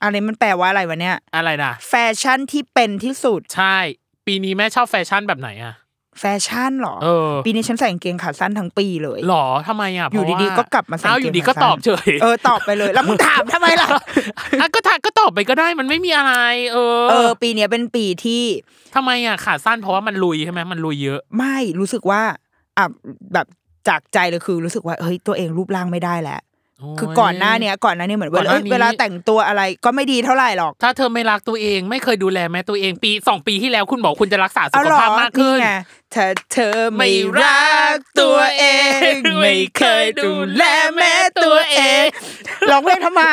C: อะไรมันแปลว่าอะไรวะเนี่ย
B: อะไรนะ
C: แฟชั่นที่เป็นที่สุด
B: ใช่ ปีนี้แม่ชอบแฟชั่นแบบไหนอ่ะ
C: แฟชั่นเหรอ
B: เออ
C: ปีนี้ฉันใส่กางเกงขาสั้นทั้งปีเลย
B: หรอทำไมอ่ะ
C: อยู่
B: เพราะว่า
C: ดีๆก็กลับมาใส่
B: อ้าว
C: กางเกง
B: อยู่ดีก็
C: ขา
B: ต
C: สั้น
B: อบเฉย
C: เออตอบไปเลย แล้วมึงถามทำไมล่ะ
B: อ่ะก็ถามก็ตอบไปก็ได้มันไม่มีอะไร เออ
C: เออ ปีเนี้ยเป็นปีที่
B: ทำไมอ่ะขาสั้นเพราะว่ามันลุยใช่ไหมมันลุยเยอะ
C: ไม่รู้สึกว่าอ่ะแบบจากใจเลยคือรู้สึกว่าเฮ้ยตัวเองรูปร่างไม่ได้แล้ว คือก่อนหน้าเนี้ยก่อนหน้าเนี้ยเหมือน
B: ก่อนห
C: ว่า
B: น้า
C: เอ้ย
B: นี้
C: เวลาแต่งตัวอะไรก็ไม่ดีเท่าไหร่หรอก
B: ถ้าเธอไม่รักตัวเองไม่เคยดูแลแม้ตัวเองปีสองปีที่แล้วคุณบอกคุณจะรักษาสุ
C: เอา
B: ข
C: หรอ
B: ภาพมากขึ้น
C: นี่ไงเธอเธอไม่รักตัวเอง ไม่เคยดูแลแม้ตัวเองร้องเพลงทำไม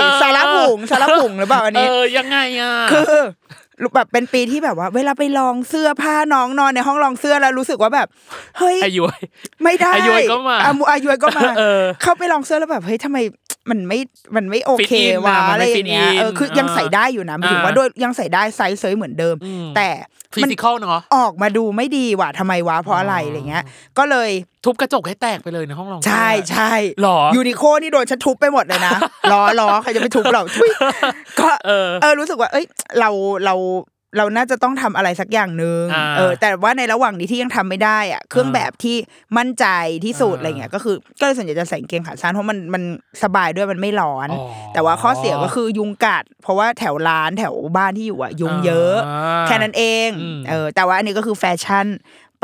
B: เออ
C: สารบุ๋งสารบุ๋งหรือเปล่าอัน
B: เอ
C: นี้
B: อยังไงอ่ะ
C: คือแบบเป็นปีที่แบบว่า เวลาไปลองเสื้อผ้าน้องนอนในห้องลองเสื้อแล้วรู้สึกว่าแบบ เฮ้ย
B: อายุ
C: ไม่ได้
B: อายุก็มา
C: อ่ะอายุก็มา
B: เออ
C: เข้าไปลองเสื้อแล้วแบบเฮ้ยทำไมมันไม่มันไม่โอเค
B: ฟิตอิน
C: วะ
B: น่ะมัน
C: อะไร
B: ไม่
C: อย่างเงี้ย
B: ฟิตอิน
C: เออคือยังใส่ได้อยู่นะหมายถึง
B: อ่า
C: ว่าโดยยังใส่ได้ไซส์เซยเหมือนเดิม แต่
B: ฟิ
C: มัน
B: สิกอลเนาะ
C: ออกมาดูไม่ดีว่ะทำไมวะเพราะอะไรอะไรเงี้ย ก็เลย
B: ทุบกระจกให้แตกไปเลยในห้องลอง
C: ใช่ใช่
B: หรอ
C: ยูนิโคนี่โดนฉันทุบไปหมดเลย นะล้อล้อ ใครจะไปทุบเราทุยก็
B: เออ
C: เออรู้สึกว่า เอ้ย เราเราเราน่าจะต้องทำอะไรสักอย่างหนึ่ง
B: อ่า
C: เออ แต่ว่าในระหว่างนี้ที่ยังทำไม่ได้อ่ะ เครื่อง
B: อ่า
C: แบบที่มั่นใจที่สุด
B: อ่า
C: อะไรเงี้ยก็คือก็เลยส่วนใหญ่จะใส่กางเกงขาสั้นเพราะมันมันสบายด้วยมันไม่ร้อน
B: อ๋อ
C: แต่ว่าข้อเสียก็คือยุงกัด เพราะว่าแถวร้านแถวบ้านที่อยู่อ่ะ ยุงเยอะ
B: า
C: แค่นั้นเอง
B: อืม
C: เออ แต่ว่าอันนี้ก็คือแฟชั่น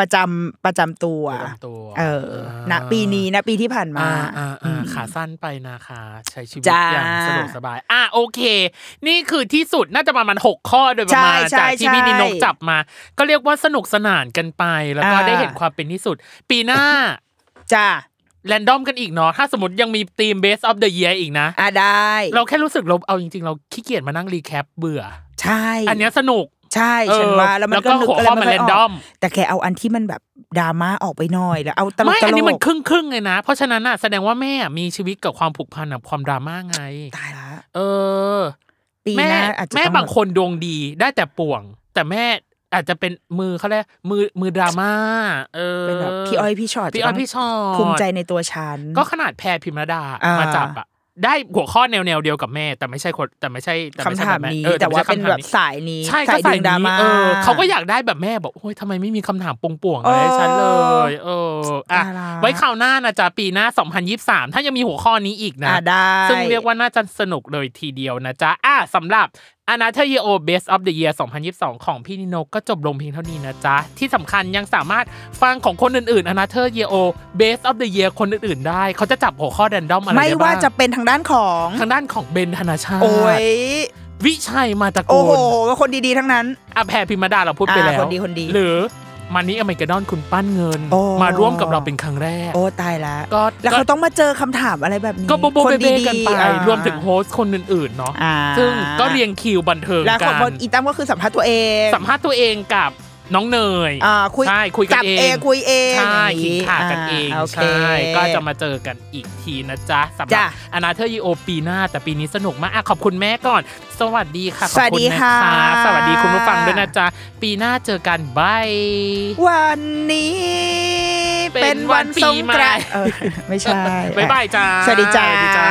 C: ประจำประจำตัว
B: ประจำตัว
C: เออณปีนี้นะปีที่ผ่านมา
B: อ่อ่อ่อ่าขาสั้นไปนะคะใช้ชีวิต
C: จ้า
B: อย่างสะดวกสบาย อ่ะโอเค นี่คือที่สุดน่าจะประมาณหกข้อโดยประมาณ
C: ใช่ใช่
B: จากที่
C: ใช่
B: พี่นินกจับมา ก็เรียกว่าสนุกสนานกันไป แล้วก็
C: อ่า
B: ได้เห็นความเป็นที่สุด ปีหน้า
C: จ้า
B: แรนดอมกันอีกเนาะถ้าสมมติยังมีทีม Best of the Year อีกนะ
C: อ่ะได้
B: เราแค่รู้สึกเราเอาจริง ๆ เราขี้เกียจมานั่งรีแคปเบื่อ
C: ใช่
B: อันเนี้ยสนุก
C: ใช่ฉัน
B: เออ
C: ว่าแล้วมัน
B: แล้วก็
C: ก็นึก
B: หัว
C: อะไร
B: ข้อ
C: ไม่
B: มัน
C: ค่อยออก
B: random
C: แต่แกเอาอันที่มันแบบดราม่าออกไปหน่อยแล้วเอาตลก
B: ไม่
C: ต
B: อัน
C: ล
B: นี้มัน
C: ก
B: ครึ่งครึ่งๆเลยนะ เพราะฉะนั้นน่ะแสดงว่าแม่มีชีวิตกับความผูกพันกับความดราม่าไง
C: ตายละ
B: เออ
C: ปี
B: แม่
C: หน้าอาจจะ
B: แม่
C: ต้อง
B: บางคนดวงดีได้แต่ป่วง แต่แม่อาจจะเป็นมือเขาเรียกมือมือดราม่าเออ
C: เป็นแบบพี่อ้อยพี่ชอต
B: พี่อ้อยพี่ชอต
C: ภูมิใจในตัวฉัน
B: ก็ขนาดแพรพิมรดา
C: อ่าม
B: มาจับอะได้หัวข้อแนวแนวๆเดียวกับแม่ แต่ไม่ใช่คนแต่ไม่ใช่แต่ไใช่
C: คำถาม
B: บบ
C: นี้
B: เออ
C: แต่
B: ไม่
C: ว่า
B: ใช่
C: เป็น
B: คำถม
C: แบบสายนี้
B: ใช่
C: สา
B: ก็
C: ยดึ
B: ใส่
C: งดราม่า
B: เออเขาก็อยากได้แบบแม่บอกโอ้ยทำไมไม่มีคำถามป่วงๆอะไรให้ฉันเลย เอออ่ะ
C: น่ารัก
B: ไว้คราวหน้านะจ๊ะปีหน้า 2023 ถ้ายังมีหัวข้อนี้อีกนะ
C: อ่ะได้
B: ซึ่งเรียกว่าน่าจะสนุกเลยทีเดียวนะจ๊ะ อ่ะสำหรับ a n a t h e r Year O Best of the Year 2022 ของพี่นิโนก็จบลงเพียงเท่านี้นะจ๊ะ ที่สำคัญยังสามารถฟังของคนอื่นๆ a n a t h e r Year O Best of the Year คนอื่นๆ ได้ เขาจะจับหัวข้อแรนดอมอะไร
C: ไม่
B: ด้บ้ง
C: ว่าจะเป็นทางด้านของ
B: ทางด้านของเบนธนาชาติ
C: โอ้ย
B: วิชัยมาตะ
C: โอ้
B: กู
C: โห
B: ล
C: คนดีๆทั้งนั้น
B: อาแพรพิมดาเราพูดไป
C: อ่า
B: แล้ว
C: คนดีคนดี
B: หรือมันนี้อเมริกาดอนคุณปั้นเงิน
C: โอ้
B: มาร่วมกับเราเป็นครั้งแรก
C: โอ้ตายละ
B: ก็
C: แล้วเขาต้องมาเจอคำถามอะไรแบบนี้
B: ก็โบโบ
C: ค
B: เบเบ
C: ดีๆ
B: กันไป
C: อ่ะ
B: รวมถึงโฮสต์คนอื่นๆเนาะ
C: อ่า
B: ซึ่งก็เรียงคิวบันเทิง
C: แล้ว
B: กั
C: ของคน
B: น
C: อีตั้มก็คือสัมภาษณ์ตัวเอง
B: สัมภาษณ์ตัวเองกับน้องเนย
C: อ่าคุย
B: ใช่คุยกัน
C: จับ
B: เอง
C: เองคุยเอง
B: ใช่
C: อย่าง
B: คิด
C: นี้
B: ขากันเอง
C: าโค
B: ใช่ก็จะมาเจอกันอีกทีนะจ๊ะสำหรับ
C: จ้ะ
B: อนาเธอร์ยีโอปีหน้า แต่ปีนี้สนุกมากอ่ะขอบคุณแม่ก่อน สวัสดีค่ะข
C: ส
B: อบ
C: วัส
B: คุณ
C: ดี
B: นะ
C: ค่ะ
B: คะสวัสดีคุณผู้ฟังด้วยนะจ๊ะ ปีหน้าเจอกันบาย
C: วันนี้
B: เป็นวัน
C: ส
B: ปี
C: งกราน
B: ใหม่
C: ต์เออไม่ใช่
B: บายบายจ้า
C: สวัสดีจ้า
B: สวัสดีจ้า